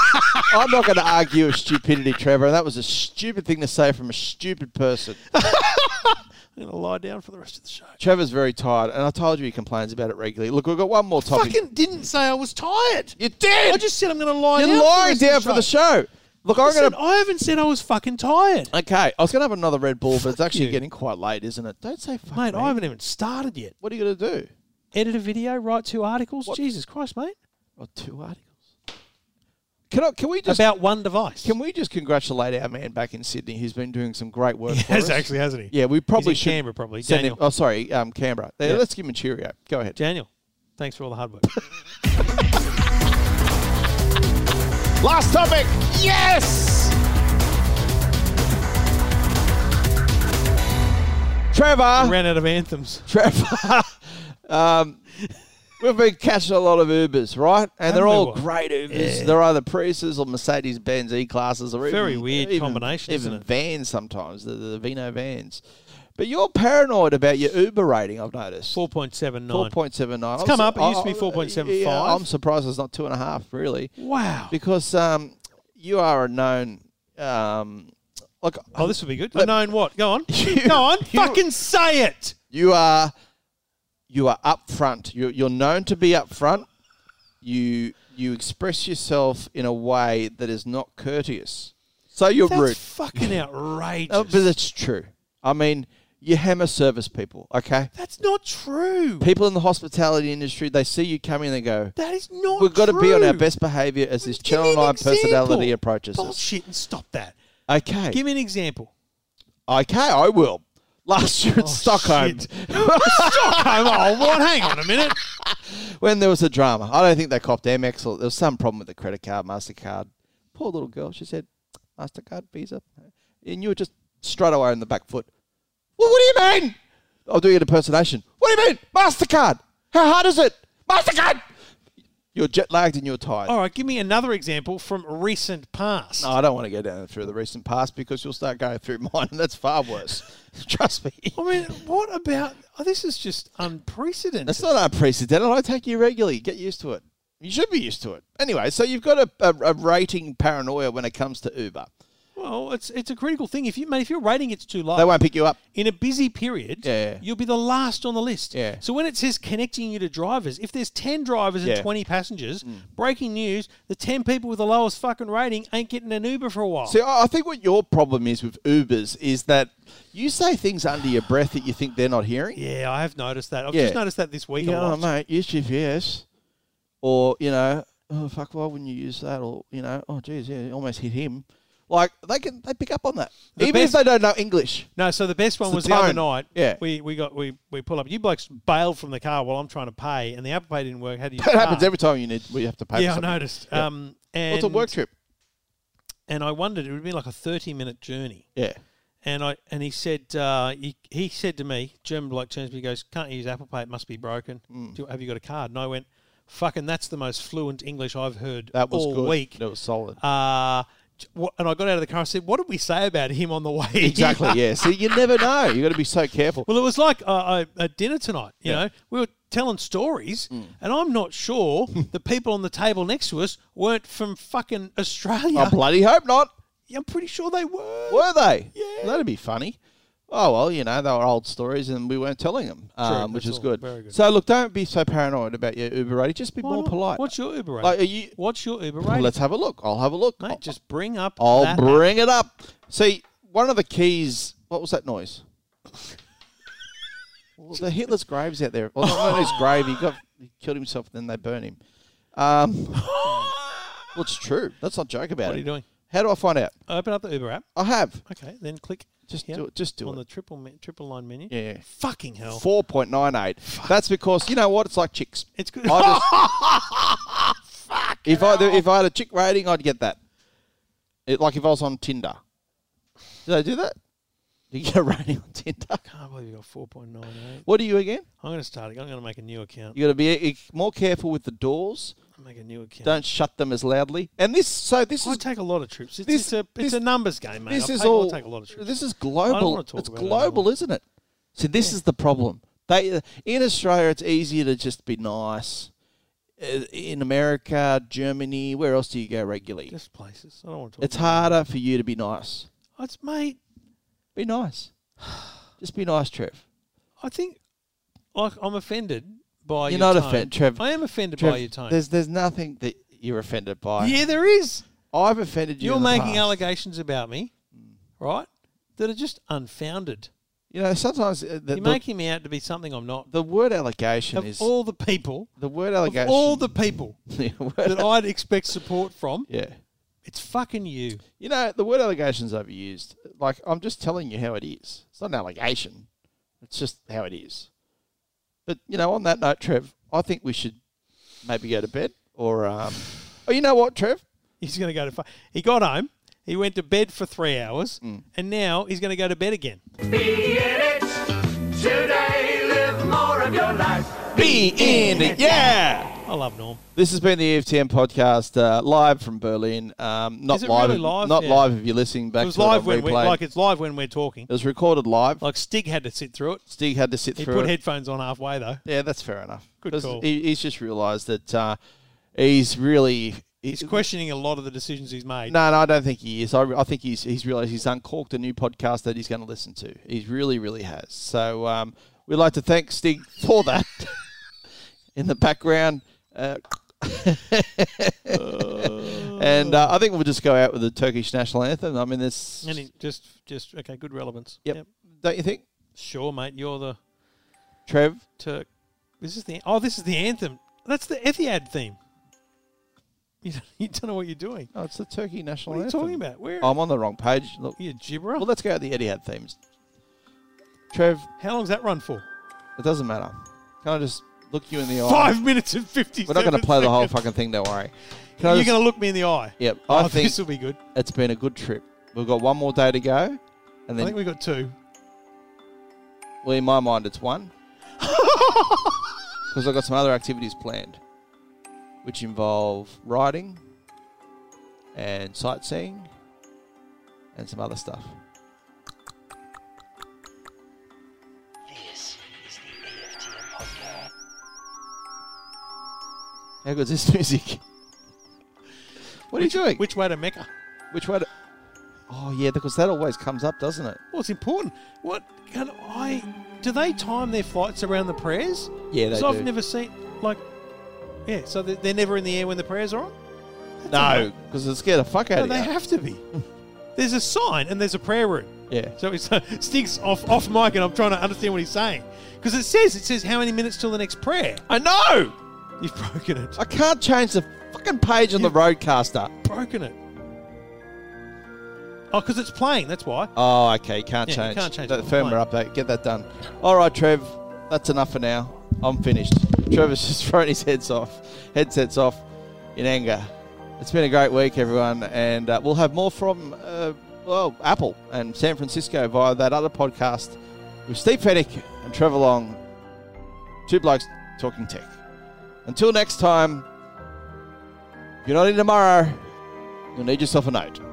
Speaker 2: I'm not going to argue with stupidity, Trevor. And that was a stupid thing to say from a stupid person.
Speaker 5: I'm going to lie down for the rest of the show.
Speaker 2: Trevor's very tired, and I told you he complains about it regularly. Look, we've got one more topic.
Speaker 5: Fucking didn't say I was tired.
Speaker 2: you did.
Speaker 5: I just said I'm going to lie down.
Speaker 2: You're
Speaker 5: for Oh, the
Speaker 2: lying
Speaker 5: rest of
Speaker 2: down for the show. Look, I'm
Speaker 5: Listen,
Speaker 2: going to.
Speaker 5: I haven't said I was fucking tired,
Speaker 2: Okay, I was going to have another Red Bull, but it's actually
Speaker 5: you.
Speaker 2: getting quite late, isn't it? Don't say fuck,
Speaker 5: mate.
Speaker 2: me.
Speaker 5: I haven't even started yet.
Speaker 2: What are you going to do?
Speaker 5: Edit a video, write two articles. Jesus Christ, mate!
Speaker 2: Oh, two articles. Can I, Can we just?
Speaker 5: About one device.
Speaker 2: can we just congratulate our man back in Sydney who's been doing some great work for
Speaker 5: Yes,
Speaker 2: us?
Speaker 5: actually, hasn't he?
Speaker 2: Yeah, we probably
Speaker 5: in
Speaker 2: should.
Speaker 5: Canberra, probably.
Speaker 2: send him-
Speaker 5: Daniel.
Speaker 2: oh, sorry, um, Canberra. There,
Speaker 5: Yeah.
Speaker 2: Let's give him a cheerio. Go ahead.
Speaker 5: Daniel, thanks for all the hard work.
Speaker 2: Last topic. Yes. Trevor.
Speaker 5: I ran out of anthems.
Speaker 2: Trevor. um, we've been catching a lot of Ubers, right? And they're
Speaker 5: we
Speaker 2: all
Speaker 5: what?
Speaker 2: great Ubers. They're either Priuses or Mercedes Benz E classes, or
Speaker 5: Very
Speaker 2: even,
Speaker 5: weird
Speaker 2: even-
Speaker 5: combination,
Speaker 2: even
Speaker 5: isn't it?
Speaker 2: vans sometimes. The, the Vino vans. But you're paranoid about your Uber rating. I've noticed.
Speaker 5: Four point seven nine.
Speaker 2: Four point seven nine.
Speaker 5: come up. It used to be 4.75.
Speaker 2: I'm surprised it's not two and a half, really,
Speaker 5: Wow.
Speaker 2: because um, you are a known. Um, look,
Speaker 5: Oh, this would be good.
Speaker 2: Let-
Speaker 5: Known what? Go on.
Speaker 2: You-
Speaker 5: Go on.
Speaker 2: you-
Speaker 5: Fucking say it.
Speaker 2: You are you are upfront. You're, you're known to be upfront. You you express yourself in a way that is not courteous. So you're
Speaker 5: That's
Speaker 2: rude.
Speaker 5: fucking outrageous.
Speaker 2: No, but it's true. I mean, you hammer service people, okay?
Speaker 5: That's not true.
Speaker 2: People in the hospitality industry, they see you coming and they go,
Speaker 5: That is not.
Speaker 2: We've got to be on our
Speaker 5: true.
Speaker 2: best behaviour as this
Speaker 5: Give me
Speaker 2: Channel 9
Speaker 5: an
Speaker 2: personality
Speaker 5: example.
Speaker 2: approaches us.
Speaker 5: Bullshit and stop that.
Speaker 2: Okay.
Speaker 5: Give me an example.
Speaker 2: okay, I will. Last
Speaker 5: Oh,
Speaker 2: year in Stockholm,
Speaker 5: Stockholm. Oh, what? Hang on a minute.
Speaker 2: when there was a drama. I don't think they copped Amex or there was some problem with the credit card, MasterCard. Poor little girl, she said, MasterCard, Visa. And you were just straight away on the back foot. Well, what do you mean? I'll do you an impersonation. What do you mean? MasterCard. How hard is it? MasterCard. You're jet lagged and you're tired.
Speaker 5: All right. Give me another example from recent past.
Speaker 2: No, I don't want to go down through the recent past because you'll start going through mine and that's far worse. Trust me.
Speaker 5: I mean, what about? Oh, this is just unprecedented.
Speaker 2: That's not unprecedented. I take you regularly. Get used to it. You should be used to it. Anyway, so you've got a, a, a rating paranoia when it comes to Uber.
Speaker 5: well, it's it's a critical thing. If you mate, if your rating it's too low,
Speaker 2: They won't pick you up.
Speaker 5: in a busy period,
Speaker 2: Yeah.
Speaker 5: you'll be the last on the list.
Speaker 2: Yeah.
Speaker 5: So when it says connecting you to drivers, if there's 10 drivers
Speaker 2: Yeah. Mm.
Speaker 5: and 20 passengers, breaking news, the 10 people with the lowest fucking rating ain't getting an Uber for a while.
Speaker 2: See, I I think what your problem is with Ubers is that you say things under your breath that you think they're not hearing.
Speaker 5: yeah, I have noticed that. I've
Speaker 2: Yeah.
Speaker 5: just noticed that this week
Speaker 2: Yeah,
Speaker 5: a
Speaker 2: oh,
Speaker 5: lot.
Speaker 2: mate, use GPS. Or, you know, oh, fuck, why wouldn't you use that? Or, you know, oh, geez, yeah, it almost hit him. Like, they can they pick up on that.
Speaker 5: The
Speaker 2: Even
Speaker 5: best-
Speaker 2: if they don't know English.
Speaker 5: No, so the best one
Speaker 2: the
Speaker 5: was the other
Speaker 2: tone.
Speaker 5: night.
Speaker 2: Yeah.
Speaker 5: We we got we, we pull up. You blokes bailed from the car while I'm trying to pay and the Apple Pay didn't work. How do you
Speaker 2: That happens every time you need we have to pay
Speaker 5: Yeah,
Speaker 2: for
Speaker 5: I
Speaker 2: something.
Speaker 5: noticed.
Speaker 2: Yeah.
Speaker 5: Um and
Speaker 2: What's a work trip?
Speaker 5: and I wondered it would be like a 30 minute journey.
Speaker 2: Yeah.
Speaker 5: And I and he said uh, he, he said to me, German bloke turns to me, he goes, "Can't use Apple Pay. It must be broken.
Speaker 2: Hmm.
Speaker 5: Do, have you got a card?" And I went, "Fucking, that's the most fluent English I've heard
Speaker 2: That was
Speaker 5: all
Speaker 2: good.
Speaker 5: week."
Speaker 2: That was solid.
Speaker 5: Uh, j- wha- and I got out of the car. I said, "What did we say about him on the way?" here?"
Speaker 2: Exactly. Yeah. So you never know. You got to be so careful.
Speaker 5: Well, it was like uh, uh, at dinner tonight. You
Speaker 2: Yeah. Mm.
Speaker 5: know, we were telling stories, and I'm not sure the people on the table next to us weren't from fucking
Speaker 2: I
Speaker 5: Australia.
Speaker 2: bloody hope not.
Speaker 5: I'm pretty sure they were.
Speaker 2: Were they?
Speaker 5: Yeah.
Speaker 2: That'd be funny. Oh well, you know they were old stories, and we weren't telling them, um, which
Speaker 5: that's
Speaker 2: is
Speaker 5: all.
Speaker 2: good.
Speaker 5: Very good.
Speaker 2: So look, don't be so paranoid about your Uber rating. Just be
Speaker 5: Why
Speaker 2: more
Speaker 5: not?
Speaker 2: polite.
Speaker 5: What's your Uber rating?
Speaker 2: Like, are you-
Speaker 5: What's your Uber
Speaker 2: Well,
Speaker 5: rating?
Speaker 2: Let's have a look. I'll have a look.
Speaker 5: Mate, just bring up.
Speaker 2: I'll
Speaker 5: that
Speaker 2: bring it up. See, one of the keys. What was that noise? Well, the Hitler's graves out there. Well, not, not his grave. He got he killed himself, then they burn him. Um, well, it's true. Let's not joke about it.
Speaker 5: What are you doing?
Speaker 2: How do I find out?
Speaker 5: Open up the Uber app.
Speaker 2: I have.
Speaker 5: Okay, then click
Speaker 2: Just
Speaker 5: Yeah.
Speaker 2: do it. Just do
Speaker 5: on
Speaker 2: it.
Speaker 5: the triple me- triple line menu.
Speaker 2: Yeah, yeah.
Speaker 5: Fucking hell.
Speaker 2: Four point nine eight. That's because you know what? It's like chicks.
Speaker 5: It's good.
Speaker 2: I just, if I if I had a chick rating, I'd get that. It, like if I was on Tinder. Did they do that? Do you get a rating on Tinder?
Speaker 5: I can't believe you got 4.98.
Speaker 2: What are you again?
Speaker 5: I'm going to start it. I'm going to make a new account.
Speaker 2: You got to be eh, more careful with the doors.
Speaker 5: Make a new account.
Speaker 2: Don't shut them as loudly. And this, so this
Speaker 5: I
Speaker 2: is
Speaker 5: take a lot of trips. It's,
Speaker 2: this-
Speaker 5: it's a it's
Speaker 2: this-
Speaker 5: a numbers game, mate.
Speaker 2: this
Speaker 5: I'll
Speaker 2: is
Speaker 5: take, I'll
Speaker 2: all.
Speaker 5: take a lot of trips.
Speaker 2: This is
Speaker 5: I don't
Speaker 2: global.
Speaker 5: wanna talk
Speaker 2: It's
Speaker 5: about it
Speaker 2: global,
Speaker 5: anymore.
Speaker 2: isn't it? See, this is the problem. They in Australia, it's easier to just be nice. Uh, In America, Germany, where else do you go regularly?
Speaker 5: Just places. I don't want to talk.
Speaker 2: It's
Speaker 5: about
Speaker 2: harder for you to be nice.
Speaker 5: it. It's mate.
Speaker 2: Be nice. Just be nice, Trev.
Speaker 5: I think like I'm offended by
Speaker 2: You're
Speaker 5: your
Speaker 2: not
Speaker 5: tone.
Speaker 2: offended, Trev.
Speaker 5: I am offended
Speaker 2: Trev,
Speaker 5: by your tone.
Speaker 2: There's there's nothing that you're offended by.
Speaker 5: Yeah, there is.
Speaker 2: I've offended you.
Speaker 5: You're
Speaker 2: in the
Speaker 5: making
Speaker 2: past. Mm.
Speaker 5: allegations about me, right? That are just unfounded.
Speaker 2: You know, sometimes uh, the,
Speaker 5: You're
Speaker 2: the,
Speaker 5: making me out to be something I'm not.
Speaker 2: the word allegation
Speaker 5: Of
Speaker 2: is
Speaker 5: all the people,
Speaker 2: the word
Speaker 5: of
Speaker 2: allegation.
Speaker 5: all the people
Speaker 2: the word-
Speaker 5: that I'd expect support from,
Speaker 2: yeah.
Speaker 5: it's fucking you.
Speaker 2: You know, the word allegation's overused. Like, I'm just telling you how it is. It's not an allegation. It's just how it is. But, you know, on that note, Trev, I think we should maybe go to bed or, um, oh, you know what, Trev?
Speaker 5: He's going to go to. Fu- he got home. He went to bed for three hours,
Speaker 2: Mm.
Speaker 5: and now he's going to go to bed again.
Speaker 2: Be in it, yeah!
Speaker 5: I love Norm.
Speaker 2: This has been the E EFTM podcast, uh, live from Berlin. Um, not
Speaker 5: Is it
Speaker 2: live,
Speaker 5: really live?
Speaker 2: not
Speaker 5: Yeah.
Speaker 2: live if you're listening back
Speaker 5: It was
Speaker 2: to it
Speaker 5: live
Speaker 2: on
Speaker 5: when we're
Speaker 2: replay.
Speaker 5: like it's live when we're talking.
Speaker 2: it was recorded live.
Speaker 5: Like Stig had to sit through it.
Speaker 2: Stig had to sit
Speaker 5: He
Speaker 2: through
Speaker 5: put
Speaker 2: it.
Speaker 5: headphones on halfway though.
Speaker 2: Yeah, that's fair enough.
Speaker 5: Good
Speaker 2: 'Cause
Speaker 5: call.
Speaker 2: He, he's just realised that uh, he's really
Speaker 5: He's questioning a lot of the decisions he's made.
Speaker 2: No, no, I don't think he is. I, I think he's he's realised he's uncorked a new podcast that he's going to listen to. He's really, really has. So um, we'd like to thank Stig for that. In the background, uh, and uh, I think we'll just go out with the Turkish national anthem. I mean, this
Speaker 5: And he just, just okay, good relevance.
Speaker 2: yep. don't you think,
Speaker 5: Sure, mate. You're the
Speaker 2: Trev?
Speaker 5: Turk. Is this the? Oh, this is the anthem. That's the Etihad theme. You don't, you don't know what you're doing.
Speaker 2: Oh, it's the Turkey national
Speaker 5: What are you
Speaker 2: anthem.
Speaker 5: talking about? Where?
Speaker 2: I'm on the wrong page. Look,
Speaker 5: you gibberer.
Speaker 2: Oh. well, let's go out the Etihad themes. Trev,
Speaker 5: How long's that run for?
Speaker 2: it doesn't matter. Can I just look you in the eye?
Speaker 5: Five minutes and fifty.
Speaker 2: Oh. We're not going to play the whole fucking thing. Don't worry. Can I
Speaker 5: You're
Speaker 2: just-
Speaker 5: going to look me in the eye.
Speaker 2: Yep,
Speaker 5: Oh,
Speaker 2: I think
Speaker 5: this will be good.
Speaker 2: it's been a good trip. We've got one more day to go, and
Speaker 5: I
Speaker 2: then,
Speaker 5: think we got two.
Speaker 2: well, in my mind, it's one because I've got some other activities planned, which involve riding and sightseeing and some other stuff.
Speaker 4: This is the AFTM podcast.
Speaker 2: How good's this music? What are you doing?
Speaker 5: Which way to Mecca?
Speaker 2: which way? To, oh yeah, because that always comes up, doesn't it?
Speaker 5: Well, it's important. What can I? Do they time their flights around the prayers?
Speaker 2: Yeah, they
Speaker 5: Because I've
Speaker 2: do.
Speaker 5: never seen like, yeah. So they- they're never in the air when the prayers are on.
Speaker 2: No, because it scared the fuck out
Speaker 5: No,
Speaker 2: of
Speaker 5: they
Speaker 2: you.
Speaker 5: have to be. There's a sign and there's a prayer room.
Speaker 2: yeah.
Speaker 5: So it's Stig's off off mic and I'm trying to understand what he's saying because it says it says how many minutes till the next prayer.
Speaker 2: I know.
Speaker 5: You've broken it.
Speaker 2: I can't change the fucking page on the
Speaker 5: You-
Speaker 2: roadcaster.
Speaker 5: broken it. Oh, because it's playing. That's why.
Speaker 2: Oh, okay. Can't
Speaker 5: Yeah, you
Speaker 2: change.
Speaker 5: can't change
Speaker 2: That
Speaker 5: it.
Speaker 2: firmware update. Get that done. All right, Trev. That's enough for now. I'm finished. Trevor's just thrown his heads off, headsets off, in anger. It's been a great week, everyone, and uh, we'll have more from uh, well Apple and San Francisco via that other podcast with Steve Fennick and Trevor Long, two blokes talking tech. Until next time, if you're not in tomorrow, you'll need yourself a note.